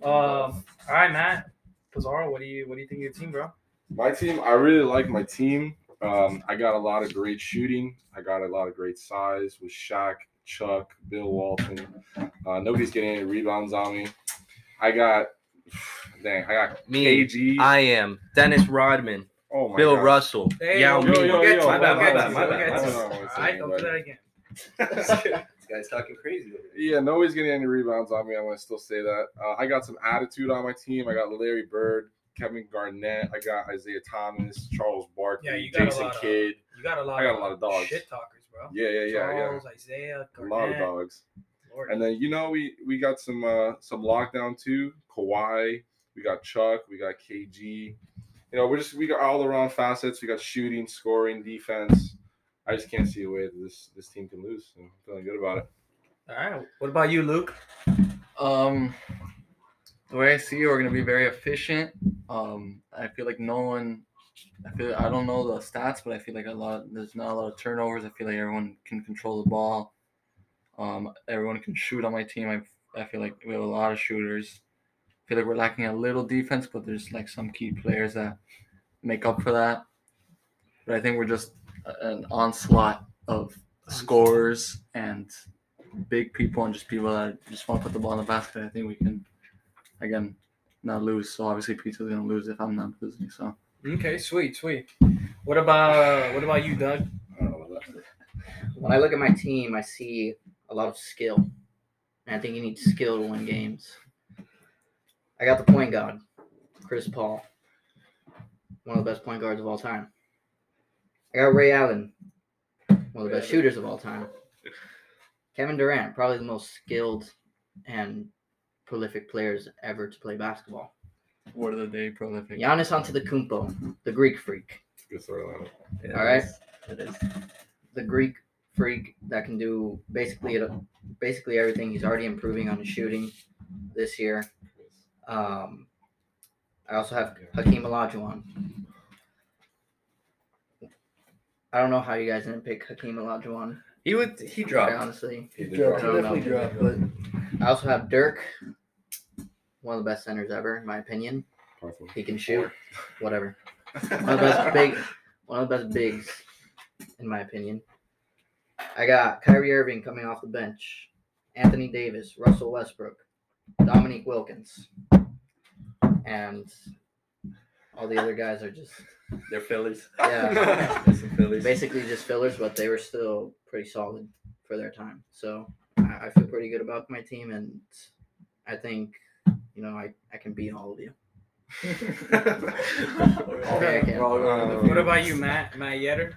Um. All right, Matt Pizarro. What do you What do you think of your team, bro?
My team, I really like my team. Um, I got a lot of great shooting. I got a lot of great size with Shaq, Chuck, Bill Walton. Uh, nobody's getting any rebounds on me. I got, dang, I got
Me.
KG.
I am Dennis Rodman,
oh my
Bill
God.
Russell,
Hey,
Yao
yo,
Ming.
yo, yo,
my bad, my
we'll get
bad, my
to it,
bad.
we'll
my
get
to
bad.
it.
All right, don't do that again.
this guy's talking crazy.
Yeah, nobody's getting any rebounds on me. I'm gonna still say that. Uh, I got some attitude on my team. I got Larry Bird, Kevin Garnett. I got Isaiah Thomas, Charles Barkley,
Yeah, you got a
Jason
lot of-
Kidd.
You got a lot.
I got a lot of dogs.
Shit talkers, bro.
Yeah, yeah, yeah, yeah.
Charles, Isaiah,
A
Garnett,
lot of dogs.
Lord.
And then you know we we got some uh some lockdown too. Kawhi, we got Chuck, we got KG. You know, we're just we got all around facets. We got shooting, scoring, defense. I just can't see a way that this this team can lose. So I'm feeling good about it.
All right. What about you, Luke?
Um, the way I see it, we're gonna be very efficient. Um, I feel like no one. I feel I don't know the stats, but I feel like a lot. There's not a lot of turnovers. I feel like everyone can control the ball. Um, everyone can shoot on my team. I I feel like we have a lot of shooters. I feel like we're lacking a little defense, but there's like some key players that make up for that. But I think we're just a- an onslaught of scorers and big people and just people that just want to put the ball in the basket. I think we can, again, not lose. So obviously, Pizza's gonna lose if I'm not losing. So
Okay, sweet, sweet. What about What about you, Doug?
I don't know about that.
When I look at my team, I see a lot of skill. And I think you need skill to win games. I got the point guard, Chris Paul, one of the best point guards of all time. I got Ray Allen, one of the best shooters of all time. Kevin Durant, probably the most skilled and prolific players ever to play basketball.
word of the day, prolific.
Giannis Antetokounmpo, the Greek freak.
Good storyline.
Yeah,
All right.
It is.
the Greek freak that can do basically it, basically everything. He's already improving on his shooting this year. Um, I also have Hakeem Olajuwon. I don't know how you guys didn't pick Hakeem Olajuwon.
He would. He
Quite
dropped.
honestly,
He did
I
drop
don't
it.
know. I also have Dirk, one of the best centers ever, in my opinion.
Awesome.
He can shoot, whatever. One of the best big, one of the best bigs, in my opinion. I got Kyrie Irving coming off the bench, Anthony Davis, Russell Westbrook, Dominique Wilkins, and all the other guys are just
They're Phillies.
Yeah.
They're some Phillies.
basically just fillers, but they were still pretty solid for their time. So I, I feel pretty good about my team, and I think you know I, I can beat all of you. Okay, I can.
Um,
What about you, Matt? Matt Yetter.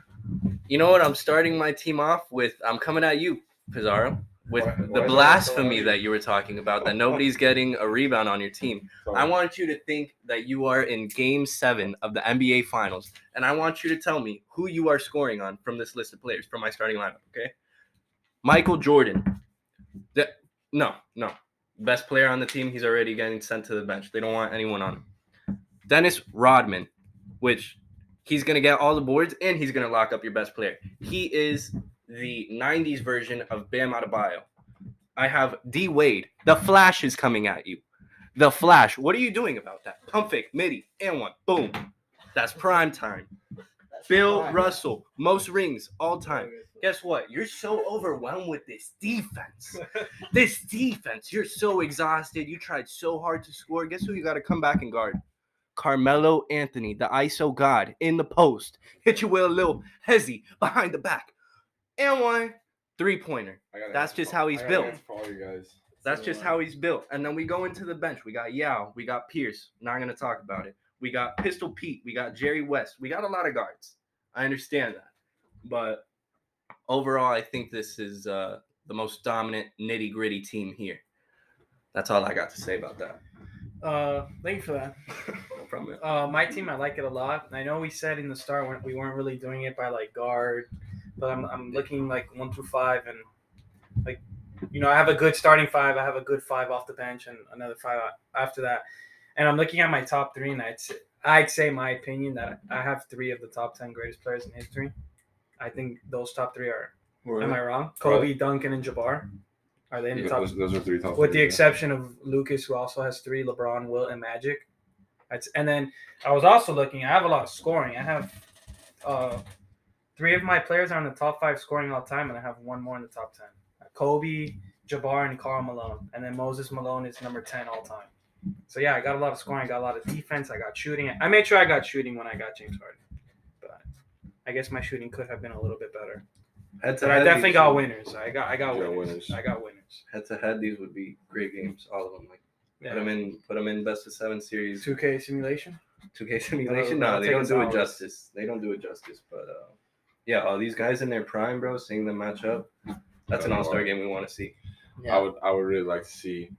You know what? I'm starting my team off with. I'm coming at you, Pizarro, with
Why- why
the
is that
blasphemy
so-
that you were talking about. That nobody's getting a rebound on your team. I want you to think that you are in game seven of the NBA Finals, and I want you to tell me who you are scoring on from this list of players from my starting lineup, okay? Michael Jordan. The- no, no. Best player on the team. He's already getting sent to the bench. They don't want anyone on him. Dennis Rodman, which he's going to get all the boards and he's going to lock up your best player. He is the 90s version of Bam Adebayo. I have D Wade. The Flash is coming at you. The Flash. What are you doing about that? Pump fake, MIDI, and one. Boom. That's prime time. Bill Russell, most rings all time. Guess what? You're so overwhelmed with this defense. this defense. You're so exhausted. You tried so hard to score. Guess who you got to come back and guard? Carmelo Anthony, the ISO god in the post. Hit you with a little hezzy behind the back. And one three pointer.
I gotta
That's
answer
just
Paul-
how he's
I gotta
built.
answer Paul, you guys.
That's just how he's built. And then we go into the bench. We got Yao. We got Pierce. Not going to talk about it. We got Pistol Pete. We got Jerry West. We got a lot of guards. I understand that. But overall, I think this is uh, the most dominant, nitty gritty team here. That's all I got to say about that.
Uh, thank you for that.
No problem. man.
Uh, my team, I like it a lot. And I know we said in the start when we weren't really doing it by like guard, but I'm, I'm looking like one through five and like, you know, I have a good starting five. I have a good five off the bench and another five after that. And I'm looking at my top three, and I'd say, I'd say my opinion that I have three of the top ten greatest players in history. I think those top three are. Am I wrong? Kobe,
Really?
Duncan, and Jabbar. Are they in the
Yeah,
top
those, those are three top.
with the
three, Oh, yeah.
exception of Lucas, who also has three, LeBron, Will, and Magic. That's and then I was also looking. I have a lot of scoring. I have uh, three of my players are in the top five scoring all time, and I have one more in the top ten: Kobe, Jabbar, and Carl Malone. And then Moses Malone is number ten all time. So yeah, I got a lot of scoring. I got a lot of defense. I got shooting. I made sure I got shooting when I got James Harden, but I guess my shooting could have been a little bit better.
Head
But I definitely got winners. I got I got
Yeah,
winners.
winners.
I got winners.
Head to head, these would be great games. All of them. Like put them in, put them in best of seven series.
Two K simulation.
2K
That'll-
simulation. No,
that'll
they
take
don't
us
do it
hours.
justice. They don't do it justice. But uh, yeah, all these guys in their prime, bro, seeing them match up. That's an
Yeah.
all star game we want to see.
Yeah.
I would I would really like to see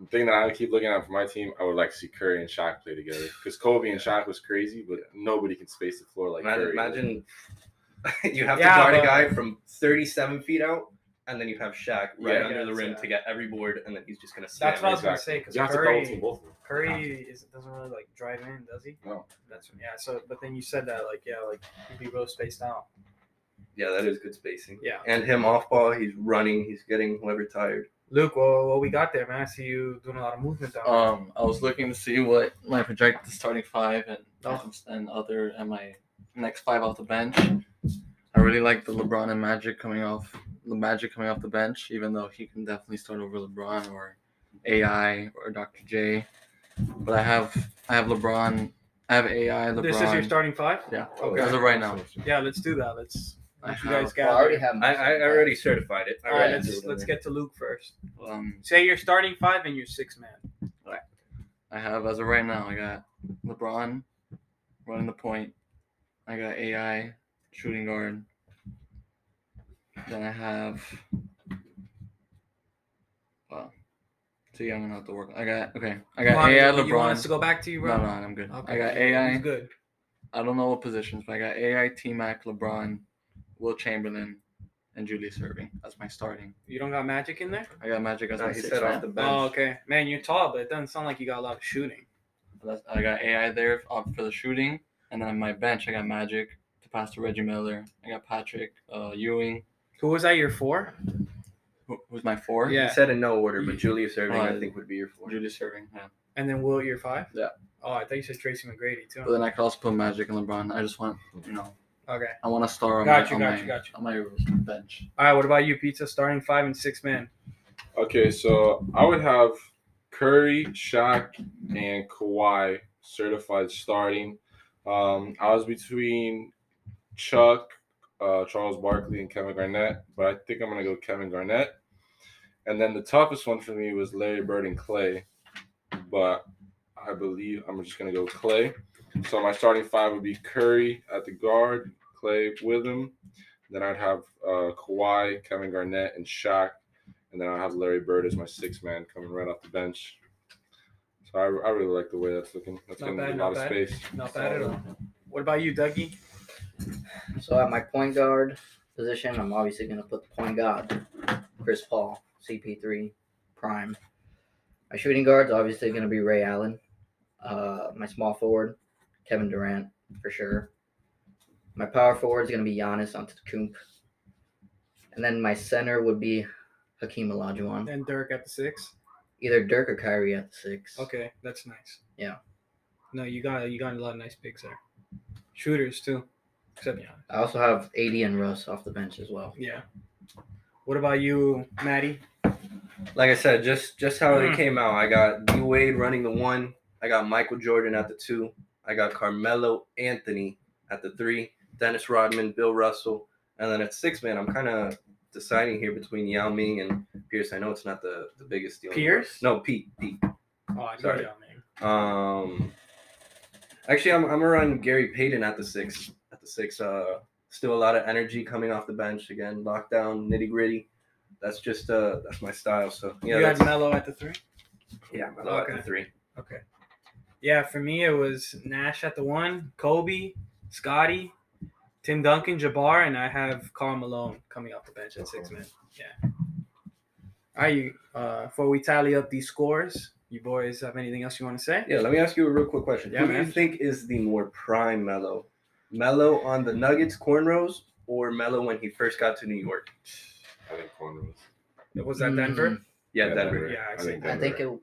the thing that I keep looking at for my team. I would like to see Curry and Shaq play together because Kobe and Shaq was crazy, but nobody can space the floor like
imagine,
Curry.
imagine you have
Yeah,
to guard
but-
a guy from 37 feet out, and then you have Shaq right
Yeah.
under the
Yeah,
rim
yeah.
to get every board, and then he's just gonna slam.
That's what I was
it.
gonna say because
you have to double team
Curry,
both of them.
Curry is, doesn't really like drive in, does he?
No.
That's yeah. So, but then you said that like yeah, like he'd be real spaced out.
Yeah, that is good spacing.
Yeah.
And him off ball, he's running, he's getting whoever tired.
Luke, well, what we got there, man? I see you doing a lot of movement down. there.
Um, I was looking to see what my projected starting five and
Oh.
and other and my next five off the bench. I really like the LeBron and Magic coming off the Magic coming off the bench, even though he can definitely start over LeBron or AI or Dr. J. But I have I have LeBron, I have AI, Uh, LeBron.
this is your starting five.
Yeah.
Oh,
Okay.
As of right now,
Yeah, let's do that. Let's.
I
Let you
have-
guys
Well, I already
gather.
have.
I, I I already certified it. I
All right,
already
let's
did it.
let's get to Luke first.
um,
Say your starting five and your six man.
I have as of right now, I got LeBron running the point. I got AI shooting guard. Then I have. Wow, too young enough to work. I got okay. I got
Come on,
AI
you, you want us
LeBron.
to go back to you,
no,
bro?
no, I'm good.
Okay.
I got
He's
AI.
good.
I don't know what positions, but I got AI, T Mac, LeBron, Will Chamberlain, and Julius Irving. That's my starting.
You don't got magic in there.
I got Magic as
No,
my
he
sixth
said uh, off
man.
the bench.
Oh, okay, man, you're tall, but it doesn't sound like you got a lot of shooting.
That's- I got AI there up for the shooting, and then on my bench I got Magic to pass to Reggie Miller. I got Patrick uh, Ewing,
Who was that? Your four?
who, who's my four.
Yeah.
He said in no order, but Julius Irving, I
Uh,
think, would be your four.
Julius Irving. Yeah.
And then Will at your five?
Yeah.
Oh, I thought you said Tracy McGrady too.
But then I could also put Magic and LeBron. I just want you know
Okay.
I want to star on
Got
my,
you,
on,
got
my
you, got you.
on my bench.
All right. What about you, Pizza? Starting five and six man.
Okay, so I would have Curry, Shaq, and Kawhi certified starting. Um, I was between Chuck, uh, Charles Barkley, and Kevin Garnett, but I think I'm gonna go Kevin Garnett. And then the toughest one for me was Larry Bird and Clay, but I believe I'm just gonna go Clay. So my starting five would be Curry at the guard, Clay with him. Then I'd have uh, Kawhi, Kevin Garnett, and Shaq and then I have Larry Bird as my sixth man coming right off the bench. So I, I really like the way that's looking. That's
Not
going to
bad,
be a
not
lot of
bad.
space.
Not bad at all. What about you, Dougie?
So at my point guard position, I'm obviously going to put the point guard, Chris Paul, CP3, prime. My shooting guard's obviously going to be Ray Allen. Uh, my small forward, Kevin Durant, for sure. My power forward's going to be Giannis Antetokounmpo. And then my center would be Hakeem Olajuwon.
And Dirk at the six.
Either Dirk or Kyrie at the six.
Okay, that's nice.
Yeah.
No, you got you got a lot of nice picks there. Shooters too, except yeah.
I also have AD and Russ off the bench as well.
Yeah. What about you, Maddie?
like I said, just just how
Hmm.
it came out. I got D Wade running the one. I got Michael Jordan at the two. I got Carmelo Anthony at the three. Dennis Rodman, Bill Russell, and then at six man, I'm kind of deciding here between Yao Ming and Pierce. I know it's not the the biggest deal.
Pierce?
No, Pete. Pete.
Oh, I got
Sorry.
y'all, man.
Um, Actually, I'm, I'm gonna run Gary Payton at the six. At the six, uh, still a lot of energy coming off the bench again. Lockdown, nitty gritty. That's just uh, that's my style. So yeah,
you had
that's-
Mello at the three.
yeah, I'm at the
Okay.
three.
Okay. Yeah, for me it was Nash at the one, Kobe, Scotty, Tim Duncan, Jabbar, and I have Carl Malone coming off the bench at six man. Yeah. All right, you. Uh, before we tally up these scores, you boys have anything else you want to say?
Yeah, let me ask you a real quick question.
Yeah,
Who do
man.
you think is the more prime Mello? Mello on the Nuggets cornrows or Mello when he first got to New York?
I think cornrows.
Was that
Mm-hmm.
Denver?
Yeah, Denver.
Yeah, I
I,
see.
think
Mm, I
Denver.
think it could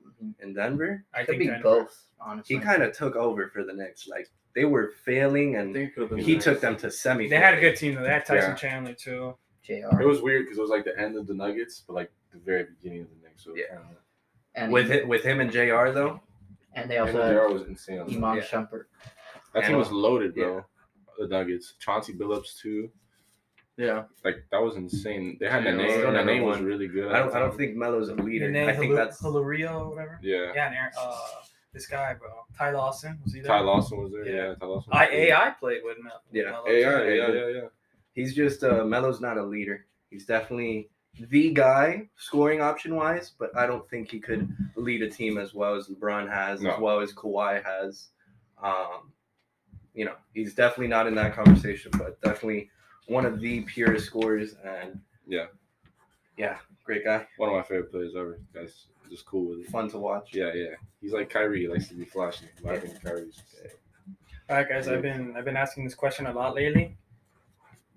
In Denver,
I
be
Denver.
both. Honestly,
he kind of took over for the Knicks. Like they were failing,
I
and
think it could have been
he
nice.
took them to semi.
They had a good team though. They had Tyson
Yeah.
Chandler too.
Jr.
It was weird because it was like the end of the Nuggets, but like the very beginning of the Knicks. So
Yeah.
and
with it with him and Jr. Though.
and they
And
also
Jar
have
was insane. On that.
Iman
Yeah.
Shumpert.
that team was loaded, bro.
Yeah.
The Nuggets, Chauncey Billups too.
Yeah.
Like that was insane. They had
Yeah,
the
it was
name.
still
The
number
name was
one.
really good.
I don't. I don't think Melo's a leader.
Nene
I think
Hilu-
that's
Hilario, whatever.
Yeah.
Yeah, and Aaron, uh, this guy, bro, Ty Lawson was he there?
Ty Lawson was there.
Yeah.
Yeah. Ty Lawson.
I
was there.
AI played with Mel. with
Yeah.
Melo, too.
AI. Yeah. Yeah. Yeah.
he's just uh, Melo's not a leader. He's definitely the guy scoring option wise, but I don't think he could lead a team as well as LeBron has,
No.
as well as Kawhi has. Um, you know, he's definitely not in that conversation, but definitely one of the purest scorers and
Yeah.
yeah, great guy,
One of my favorite players ever. Guys, just cool with it.
fun to watch.
Yeah. Yeah. He's like Kyrie. He likes to be flashy. But I think Kyrie's.
All right, guys. I've been I've been asking this question a lot lately.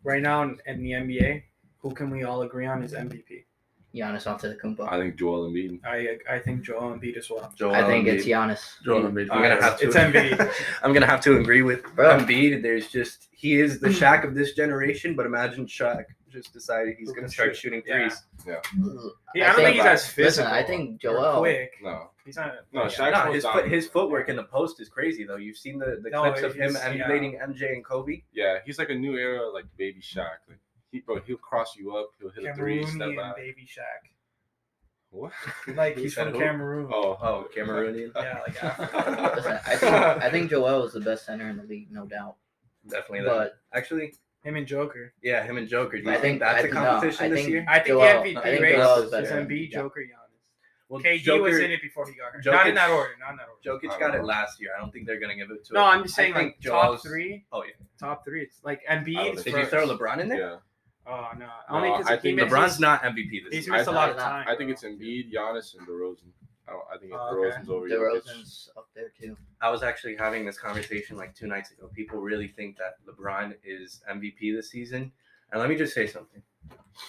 Right now in, in the NBA, who can we all agree on is MVP?
Giannis Antetokounmpo.
I think Joel Embiid.
I I think Joel Embiid as well.
Joel
I think
Embiid.
it's Giannis.
Joel Embiid.
I'm gonna
Alright,
have to.
it's Embiid.
I'm gonna have to agree with
Bro.
Embiid. There's just he is
Hmm.
the Shaq of this generation, but imagine Shaq just decided he's
Who
gonna
can
start
shoot?
shooting
Yeah.
threes.
Yeah, I, don't think, he's as
Listen,
physical.
I think
or
Joel.
quick.
No.
He's not.
No,
yeah.
Shaq-
No,
Actual
his foot,
dominance.
his footwork in the post is crazy though. You've seen the, the
No,
clips
it
of him
is- yeah.
emulating MJ and Kobe.
Yeah. He's like a new era, like baby Shaq. Like he, bro, he'll cross you up. He'll hit a three. Step
Cameroonian
back.
baby Shaq.
What?
Like
Who
he's
said
from
who?
Cameroon.
Oh,
Oh, Cameroonian,
Yeah, like
Listen, I think I think Joel is the best center in the league, no doubt.
definitely. that.
But
Actually,
him and Joker.
yeah, him and Joker. Do you
I
think
think-
that's
I
a
think- no,
competition
I
this
think-
year?
I think
Joel-
the
I
MVP
think
race
Joel
is
is better.
Embiid,
Yeah.
Joker, Giannis.
Well,
KD was in it before he got hurt. Not in
Jokic-
that order. Not in that order.
Jokic got it last year. I don't think they're gonna give it to
No,
him.
I'm just saying
I
like
think Joel's-
top three.
Oh, yeah.
Top three. It's like
I
Embiid.
don't
Did
think-
you
Spurs.
throw LeBron in there?
Yeah.
Oh no,
No,
only because
I
he
think
missed.
LeBron's not MVP this
He's
year.
missed a lot of
I-
time.
I think
bro.
it's Embiid, Giannis, and DeRozan. I, don't, I think if
Oh, okay.
DeRozan's over Jokic.
DeRozan's up there too.
I was actually having this conversation like two nights ago. People really think that LeBron is MVP this season. And let me just say something.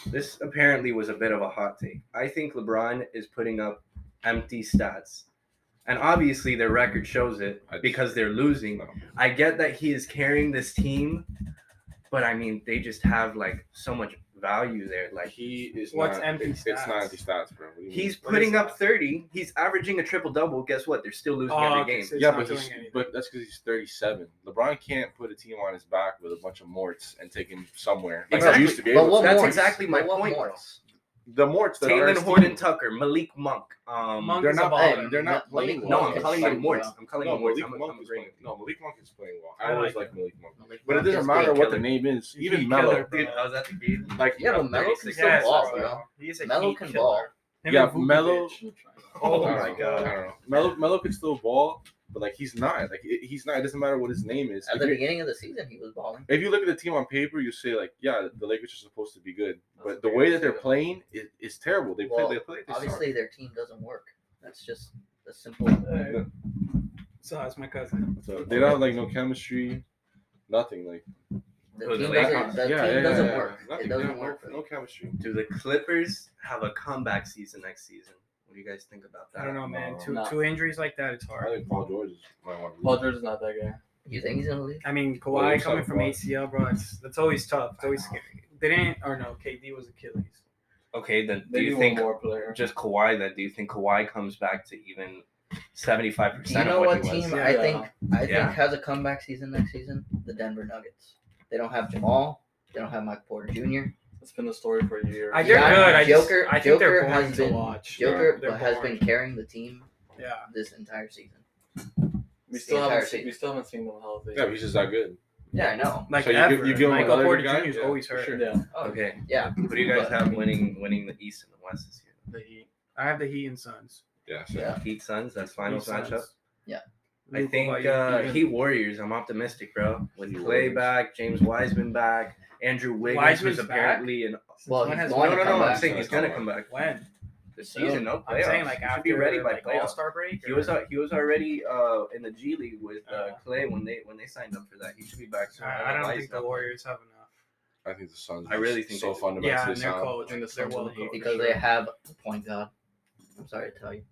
This apparently was a bit of a hot take. I think LeBron is putting up empty stats. And obviously their record shows it
I
because they're losing.
No.
I get that he is carrying this team, but I mean they just have like so much value there.
Like
Like
he is
What's
not,
empty
it's, it's
stats?
not empty stats, bro. What do you
he's
What is
putting
that?
up 30, he's averaging a triple double. Guess what? They're still losing
Oh,
every
okay,
game.
so
mean?
he's
yeah,
not
but
doing
he's,
anything.
but that's because he's 37. LeBron can't put a team on his back with a bunch of morts and take him somewhere. Like
Exactly.
he used to be
But
able
what
to.
That's
Morris?
exactly my
But what
point. bro.
Morris?
the morts that are
Taylor
his
Horton
team.
Tucker, Malik Monk. Um,
Monk
They're
is a
not-
baller.
hey, they're not playing
Malik
no,
Monk
I'm
is
calling
playing
him Morts.
well.
I'm calling
No,
him Morts.
Malik
I'm, I'm
Monk is
agreeing
playing.
with you.
No, Malik Monk is playing well.
I
I always
like
like Malik Monk,
Malik
but it
Monk
doesn't
is
matter
great
what the
killer.
name is.
He's a
Even Melo,
killer.
Dude, I was at the game.
like
Yeah, but Melo can
He's
still
ass,
ball,
bro.
bro.
He's a
Melo
heat
can
killer.
ball.
Him
Yeah,
and Vukovic.
Melo-
Oh
I
my
don't know,
God.
I don't know. Melo Melo could still ball, but like he's not. Like it- he's not. It doesn't matter what his name is.
At
If
the
you-
beginning of the season, he was balling.
if you look at the team on paper, you say like, yeah, the Lakers are supposed to be good,
That's
but the
fair.
way that they're playing is, is terrible. They play,
Well,
they play. They
Obviously, their team doesn't work. That's just a simple.
Uh, So that's my cousin.
suck. So they don't have like no chemistry, nothing. Like
The
Who, the
team
Lakers?
doesn't. The
yeah,
team
yeah,
doesn't
yeah,
work.
Nothing.
It
They
doesn't
don't
work.
have No chemistry.
Do the Clippers have a comeback season next season? What do you guys think about that?
I don't know, man.
No.
Two
No.
two injuries like that, it's
I
hard.
think Paul George is might want to.
Paul George is not that guy.
You think he's in the league?
I mean, Kawhi
Well, he's
coming
tough,
from
bro.
ACL, bro. It's that's always tough. It's always scary. They didn't. Or no, KD was Achilles.
Okay, then do
Maybe
you
one
think
more player?
just Kawhi? Then do you think Kawhi comes back to even seventy-five
Do you
percent
know
of what,
what
he
team
was?
was.
I
Yeah.
think I
Yeah.
think has a comeback season next season? The Denver Nuggets. They don't have Jamal. They don't have Mike Porter Jr.
it's been the story for years.
I,
Yeah,
they're good. I just,
Joker-
I think they're
Joker
boring
has
to
been-
watch.
Yeah,
Joker
they're
has been
boring.
carrying the team
Yeah.
this entire season.
We still
entire
haven't seen.
season.
We still haven't seen them healthy.
Yeah, but he's just that good.
Yeah, I know.
Like
So you give-
ever.
you give him
Michael
another
Porter
guy?
Jr. is
Yeah,
always
for
hurt.
sure.
Yeah,
Okay.
Yeah.
Who do you guys have winning winning the East and the West this year?
the Heat.
I have the Heat and Suns.
Yeah. So
Yeah.
Heat Suns. That's finals
Heat Suns.
matchup.
Yeah.
I
Luke, what
think
about
uh,
you?
Heat Warriors. I'm optimistic, bro. With
Heat
Clay
Warriors.
back, James Wiseman back, Andrew Wiggins,
Wiseman's
who's
back?
apparently an.
Well,
When
he's
has-
No,
going
no,
to
no.
come
I'm
back.
saying he's gonna come back
when
this season. No
I'm
playoffs.
saying like
He should
after
be ready by
like,
playoffs.
All Star break.
He
or-
was al- he was already uh, in the G League with uh,
Uh,
Clay when they when they signed up for that. He should be back soon.
I I
why
don't
he's
think the
not.
Warriors have enough.
I think the Suns.
I really think
so.
they-
Fundamentally
Yeah, and their
sound.
coach,
And the
their
Suns
well
will go
coach.
because they have a point guard. I'm sorry to tell you.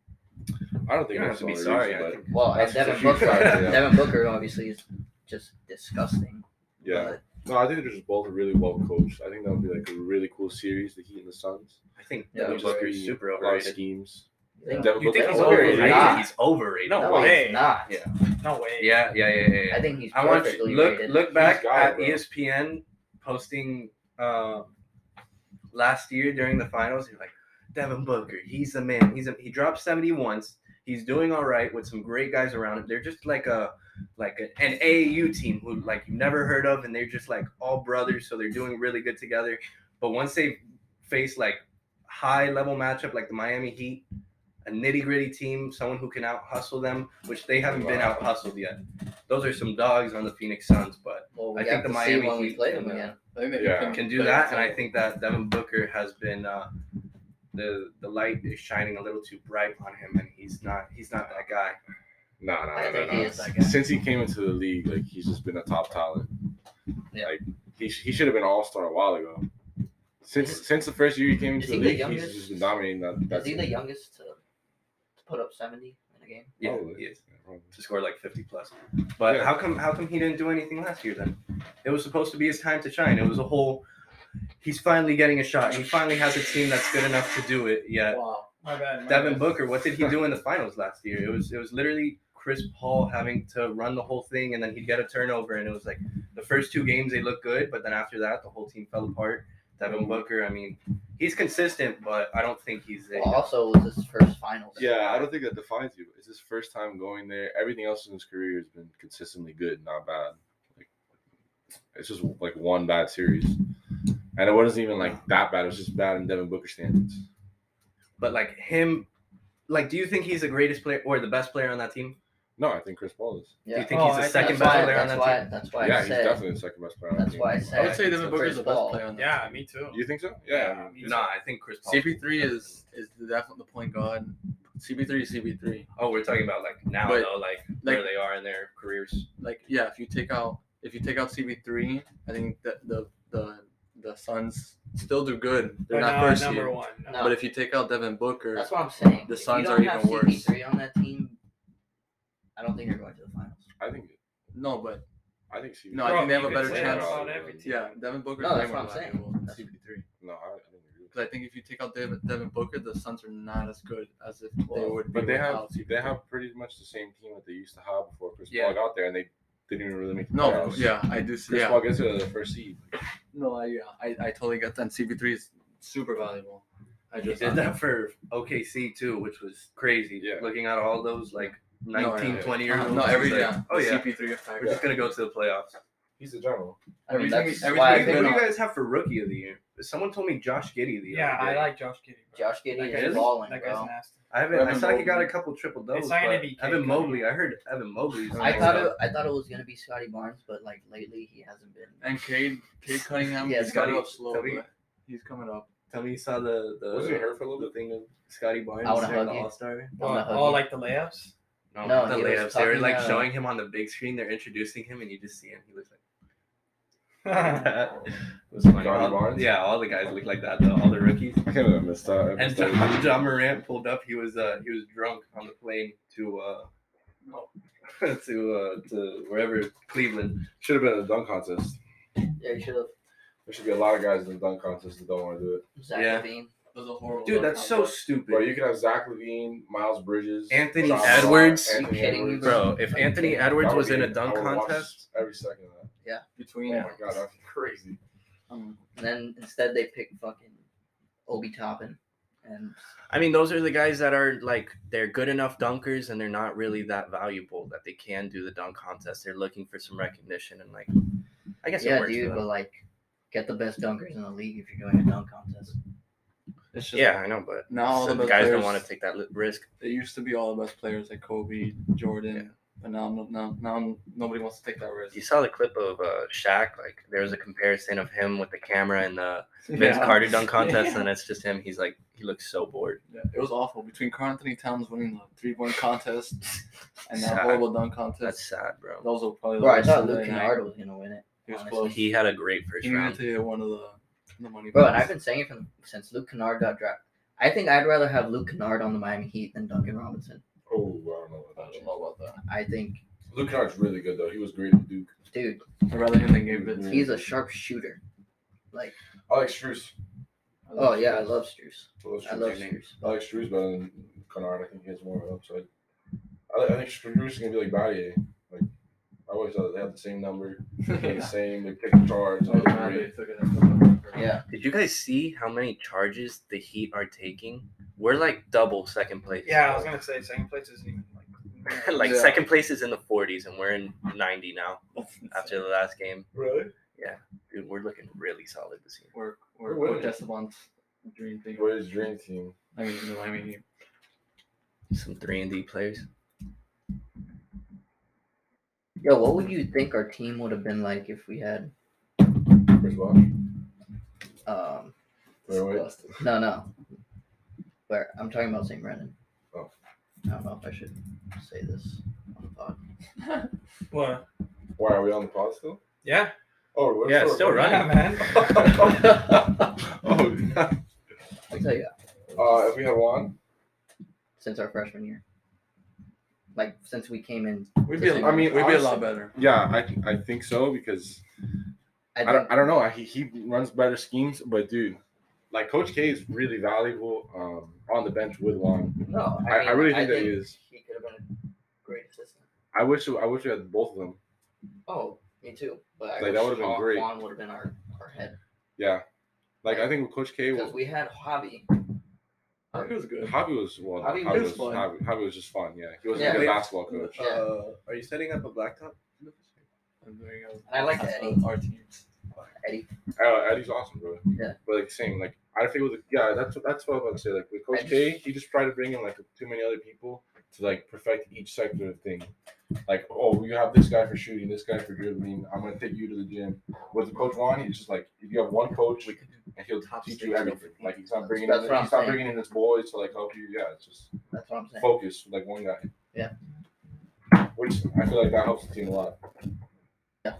I
You don't
don't think
have
that's
to be
all it
sorry.
is,
I
but
think.
Well,
That's
and Devin
for sure.
Booker,
Yeah.
Devin Booker obviously is just disgusting.
yeah. No, I think they're just both really well coached. I think that would be like a really cool series, the Heat and the Suns.
I think
Yeah,
Devin
It'd just
Booker
be
is super
a lot of
overrated.
schemes.
Yeah.
Devin
You think
Booker's
he's
Booker is
overrated? I
not.
think he's overrated.
No
No,
way.
he's not.
Yeah.
No way.
Yeah, yeah, yeah, yeah. yeah.
I think he's
I want you
perfectly
look
rated.
look back
He's got
at
it,
E
bro.
ESPN posting uh, last year during the finals. You're like Devin Booker, he's the man. He's a, he dropped seventy once. He's doing all right with some great guys around him. They're just like a like a, an AAU team who like you never heard of, and they're just like all brothers, so they're doing really good together. But once they face like high level matchup like the Miami Heat, a nitty gritty team, someone who can out hustle them, which they haven't been out hustled yet. Those are some dogs on the Phoenix Suns, but
well, we
I
have
think the
to
Miami
see when we
Heat
play
can,
them
uh,
again.
I think they
Yeah.
become
can do
better
that, and I
team.
think that Devin Booker has been uh, the the light is shining a little too bright on him, and he's not he's not that guy.
No, no, no,
I
no,
think he is that
no.
guy.
Since he came into the league, like he's just been a top talent.
Yeah.
Like he, sh- he should have been an all star a while ago. Since since the first year he came into
Is
the
he the
league,
youngest?
he's just been dominating that.
Is
That's
he the youngest to, to put up 70 in a game?
Yeah,
Probably.
he is.
Yeah, probably.
to score like 50 plus. But
Yeah.
how come how come he didn't do anything last year then? It was supposed to be his time to shine. It was a whole he's finally getting a shot. He finally has a team that's good enough to do it. Yeah.
Wow.
My bad. my
Devin
bad.
Booker, what did he do in the finals last year? It was it was literally Chris Paul having to run the whole thing and then he'd get a turnover and it was like the first two games they looked good, but then after that the whole team fell apart. Devin Booker, I mean, he's consistent, but I don't think he's a,
Well, also, it was his first finals.
Yeah, I don't think that defines you. It's his first time going there. Everything else in his career has been consistently good, not bad. Like it's just like one bad series. And it wasn't even like that bad. It was just bad in Devin Booker standards.
but like him like do you think he's the greatest player or the best player on that team?
No, I think Chris Paul is.
Do
Yeah.
you think
Oh,
he's
I
the
think
second
best
that's
best
why,
player on
that's
that
why,
team?
that's why
yeah,
I
he's
said
definitely the second best player. on the
That's
team.
why I said-
I would say Devin Booker is
Booker's
the
the best
Chris Paul.
player on that
Yeah,
team.
me too.
You think so?
Yeah,
Yeah.
me too.
No, Um, I think Chris Paul.
CP3 is is definitely the point guard. CP3 is CP3.
Oh, we're talking about like now
But,
though, like, where
like-
they are in their careers.
Like yeah, if you take out if you take out CP3, I think that the the the Suns still do good.
But
They're not
no,
first
number
year.
one.
No.
But if you take out Devin Booker,
That's what I'm saying.
The
If
Suns
you
are
don't have
even worse.
CP3 on that team, I don't think they're going to the finals.
I think
no, but
I think CP3.
No, I think they have a
you
better
could say
chance.
that about every team.
yeah, Devin Booker.
No,
is
that's
way more
what I'm saying.
valuable than
That's-
CP3.
No, I, I don't agree.
Because I think if you take out Devin, Devin Booker, the Suns are not as good as if they
Well,
would be
but they have
without CP3.
they have pretty much the same team that they used to have before Chris
Yeah.
Paul got there, and they didn't even really make the
no,
playoffs.
yeah, I do see.
Chris
Yeah,
Paul gets to the first seed.
no, I, yeah, I, I totally get that. And CP3 is super valuable. I
He
just
did that for OKC too, which was crazy.
Yeah.
Looking at all those like
No,
19,
yeah.
20 year
Uh,
olds.
no, every
it's like,
yeah.
Oh yeah.
CP3
We're just gonna go to the playoffs.
He's the general.
I mean,
Everything-
that's
everything
What
Yeah,
why I
do, you,
they're
what do
think
you guys have for rookie of the year? Someone told me Josh Giddy the
Yeah,
other
I
day.
like Josh Giddey. bro.
Josh Giddey
That
is
guy's-
balling,
That
bro.
guy's nasty.
I haven't. I
Evan
saw he got
Mobley.
a couple triple doubles.
It's not gonna
but
be
Evan
Kate
Mobley. I heard Evan Mobley.
I thought it, I thought it was gonna be Scotty Barnes, but like lately he hasn't been.
And Cade, Cade Cunningham,
Yeah,
he's coming up
Scotty-
slow,
Scotty-
but he's coming up.
Tell me you saw the the,
Wasn't he hurt for a
the
little bit?
thing of Scotty Barnes
I wanna
during
hug
the
you.
All Star.
I wanna
Oh,
hug
oh,
you.
like the layups?
No,
No,
not Oh, the
he was
layups. They were
talking
like
about-
showing him on the big screen. They're introducing him, and you just see him. He looks like
yeah,
that. It was funny.
Johnny
All-
Barnes?
Yeah, all the guys look like that. Though, all the rookies.
I can't have missed that. I
And
missed that.
John, John Morant pulled up. He was uh he was drunk on the plane to uh to uh to wherever Cleveland.
Should have been a dunk contest.
Yeah, he should have.
There should be a lot of guys in the dunk contest that don't want to do it.
Zach
Yeah.
Levine.
That was a horrible.
Dude, that's so
contest.
stupid.
Bro, you could have Zach Levine, Miles Bridges,
Anthony
John
Edwards?
Wall,
You kidding me,
Bro, if Anthony
That would
Edwards was
be-
in a dunk
I would watch
contest,
every second of that.
between.
Oh my god, that's crazy.
Um,
And then instead they picked fucking Obi Toppin. and
I mean, those are the guys that are like they're good enough dunkers and they're not really that valuable that they can do the dunk contest. They're looking for some recognition and like, I guess it
yeah,
works. for
dude,
them.
but like, get the best dunkers in the league if you're doing a dunk contest.
It's just
yeah, I know, but
Now all
so
the
the
best
guys
players,
don't want to take that li- risk.
They used to be all the best players like Kobe, Jordan,
Yeah.
but now no- now now nobody wants to take that risk.
You saw the clip of uh, Shaq. Like there was a comparison of him with the camera and the Vince
Yeah.
Carter dunk contest,
Yeah.
and it's just him. He's like he looks so bored.
Yeah, it was awful between Carl Anthony Towns winning the three point contest and that
Sad.
horrible dunk contest.
That's sad, bro.
those were probably the
Bro, I
worst
thought
of
Luke
the night.
Kennard was gonna win it.
He was
honestly.
close.
He had a great first
He needed
round.
to get one of the the money.
Bro, and
balls.
I've been saying it from since Luke Kennard got drafted. I think I'd rather have Luke Kennard on the Miami Heat than Duncan Robinson.
Oh, I don't know
I
about
don't
that.
know about that.
I think,
Luke Kennard's really good though. He was great at Duke.
dude,
I'd rather him than Gabe Vincent.
he's a sharp shooter. Like,
Alex Struess.
I
oh
love
yeah, I
Shaq.
love Struce.
I love
I
Struess.
love Struce.
Alex Struess better than Kennard. I think he has more of an upside. I, I think Struess is gonna be like Battier. Like I always thought they had the same number, the same. They pick the charge.
Oh,
Like,
yeah,
great.
they took it up.
Yeah,
Did you guys see how many charges the Heat are taking? We're like double second place.
Yeah, I was gonna say second place isn't even like.
like
Yeah.
second place is in the 40s and we're in 90 now
That's insane.
after the last game
really?
dude we're looking really solid this year
Or or
Wait, wait.
Coach Esteban's dream thing.
What is dream team?
I mean, no, I mean, he-
some 3 and d players
yo, what would you think our team would have been like if we had?
Chris Bosh.
um
Wait, wait.
Busted.
No, no. But I'm talking about St. Brennan.
Oh.
I don't know if I should say this on the pod.
What?
Why are we on the pod still?
Yeah.
Oh, we're
Yeah, still running.
Yeah, man.
oh, yeah.
I'll tell you,
uh, if we had one,
since our freshman year. Like since we came in,
We'd be, a-
I
I mean,
mean,
we'd be a lot
honestly-
better.
yeah, I I think so because
I
I
think
don't, I don't know. He, he runs better schemes, but dude, like Coach K is really valuable um, on the bench with Long.
no.
I, I
mean,
really think that he is.
He could have been a great assistant.
I wish I wish we had both of them.
Oh, me too. But I
Like,
wish
that would've been
Juan-
great.
Juan would have been our, our head
Yeah, like I think with Coach K,
because
well,
we had Hobby.
Uh,
I think it was good.
Hobby was well,
Javi
Hobby,
was
was
fun.
Javi, Javi was just fun. Yeah, he wasn't
Yeah.
a good basketball coach.
Yeah.
Uh, are you setting up a blacktop?
I'm doing a-
I like
that's
Eddie.
Our teams.
Uh, Eddie's awesome, bro.
Yeah.
but like same, like I think with yeah, that's what that's what I was about to say. Like with
I
Coach
just-
K, he just tried to bring in like too many other people to like perfect each sector of thing. Like, oh, you have this guy for shooting, this guy for dribbling. I'm gonna take you to the gym. With Coach Juan, he's just like you have one coach
we could do
and he'll
Top
teach
six
you everything.
over
Like he's not bringing
That's
in,
what I'm
he's not
saying.
bringing in his boys to like help you. Yeah, it's just
That's what I'm saying.
focus like one guy.
Yeah.
Which I feel like that helps the team a lot.
Yeah.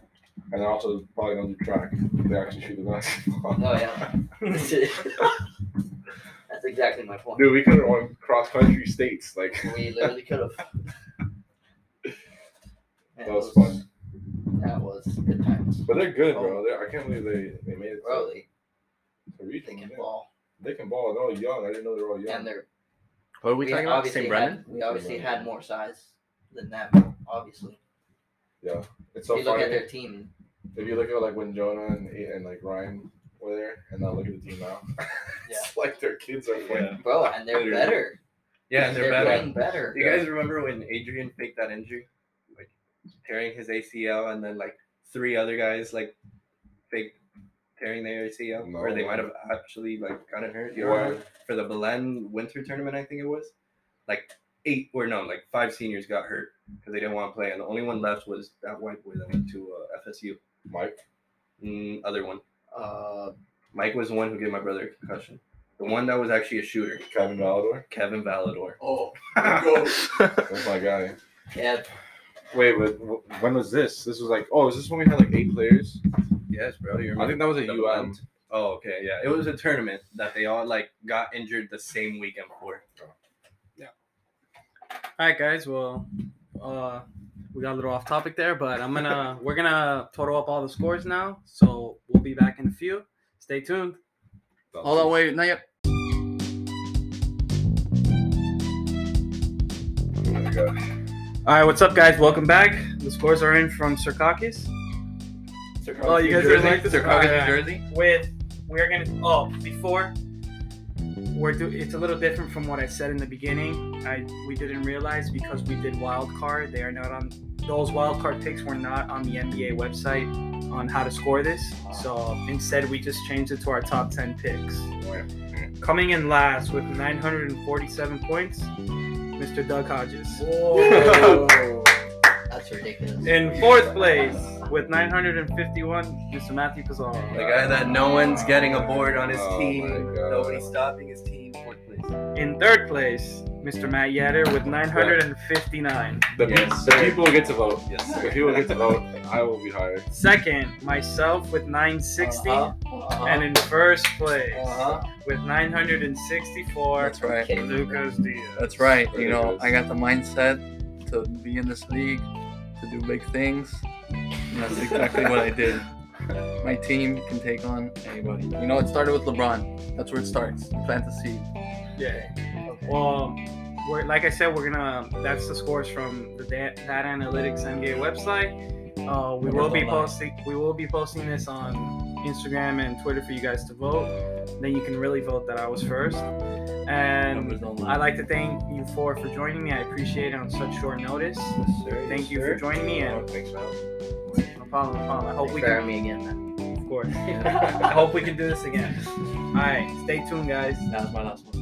And they're also probably gonna do track. They actually shoot the basketball.
Oh yeah. That's exactly my point.
Dude, we could have won cross country states. Like
We literally could have.
that was fun.
That was good times.
But they're good, bro. They're, I can't believe they, they made it
Oh. Bro,
to
they,
the region.
they can
yeah.
ball.
They can ball. They're all young. I didn't know they're all young.
And they're
what are we, talking about
obviously
st
had,
brennan
we obviously
Brennan.
had more size than them, obviously.
yeah, it's so
if you look
funny.
at their team,
if you look at like when Jonah and and like Ryan were there, and now look at the team now. it's like their kids are playing.
yeah,
bro, and they're
Literally.
better.
yeah they're, better
playing better.
do you guys remember when adrian faked that injury like tearing his acl and then like three other guys like faked tearing their acl
No.
or they might have actually like gotten hurt you
Why?
remember? for the Belen Winter Tournament, I think it was. Like eight or no, like five seniors got hurt because they didn't want to play, and the only one left was that white boy that went to uh, FSU.
Mike.
Mm, other one,
Uh,
Mike was the one who gave my brother a concussion. The one that was actually a shooter,
Kevin Valador.
Kevin Valador.
Oh,
That's my guy.
yeah,
Wait, but wh- when was this? This was like, oh, is this when we had like eight players?
yes, bro. You
I think that was at
the
UM.
Belen? Oh, okay, yeah. It was a tournament that they all like got injured the same weekend for.
All right, guys. Well, uh, we got a little off topic there, but I'm gonna we're gonna total up all the scores now. So we'll be back in a few. Stay tuned.
hold on, wait, not yet.
All right, what's up, guys? Welcome back. The scores are in from Circakis. Oh, you guys
Jersey?
didn't like this?
Sir Coggins,
Alright.
New Jersey.
With we're gonna oh before we're do- it's a little different from what I said in the beginning. I we didn't realize because we did wild card. They are not on those wild card picks were not on the NBA website on how to score this. So instead, we just changed it to our top ten picks. Coming in last with 947 points, Mr. Doug Hodges.
Whoa. That's ridiculous.
In fourth place with 951, Mr. Matthew Pizarro.
The guy that no one's getting aboard on his
Oh
team.
my God.
Nobody's stopping his team. Fourth place.
In third place, Mr. Matt Yetter with 959.
The, pe-
Yes,
the
sir.
people get to vote.
Yes,
The
sir.
people get to vote. I will be higher.
Second, myself with 960.
Uh-huh. Uh-huh.
And in first place
Uh-huh.
with 964,
That's right.
Kidding.
Lucas Diaz.
That's right.
There
You
it
know,
is.
I got the mindset to be in this league, to do big things. And that's exactly what I did. My team can take on anybody. You know, it started with LeBron. That's where it starts. Plant the seed.
Yeah. Well, we're, like I said, we're gonna. That's the scores from the that, that analytics NBA website. Uh, we will be posting. We will be posting this on Instagram and Twitter for you guys to vote. Then you can really vote that I was first.
Numbers
And
don't lie.
I'd like to thank you for for joining me. I appreciate it on such short notice. Thank you for joining me. And
Thanks, man.
no problem. No problem. I hope
Thanks
we
for
can.
having me again, man.
Of course. I hope we can do this again. All right. Stay tuned, guys.
That was my last one.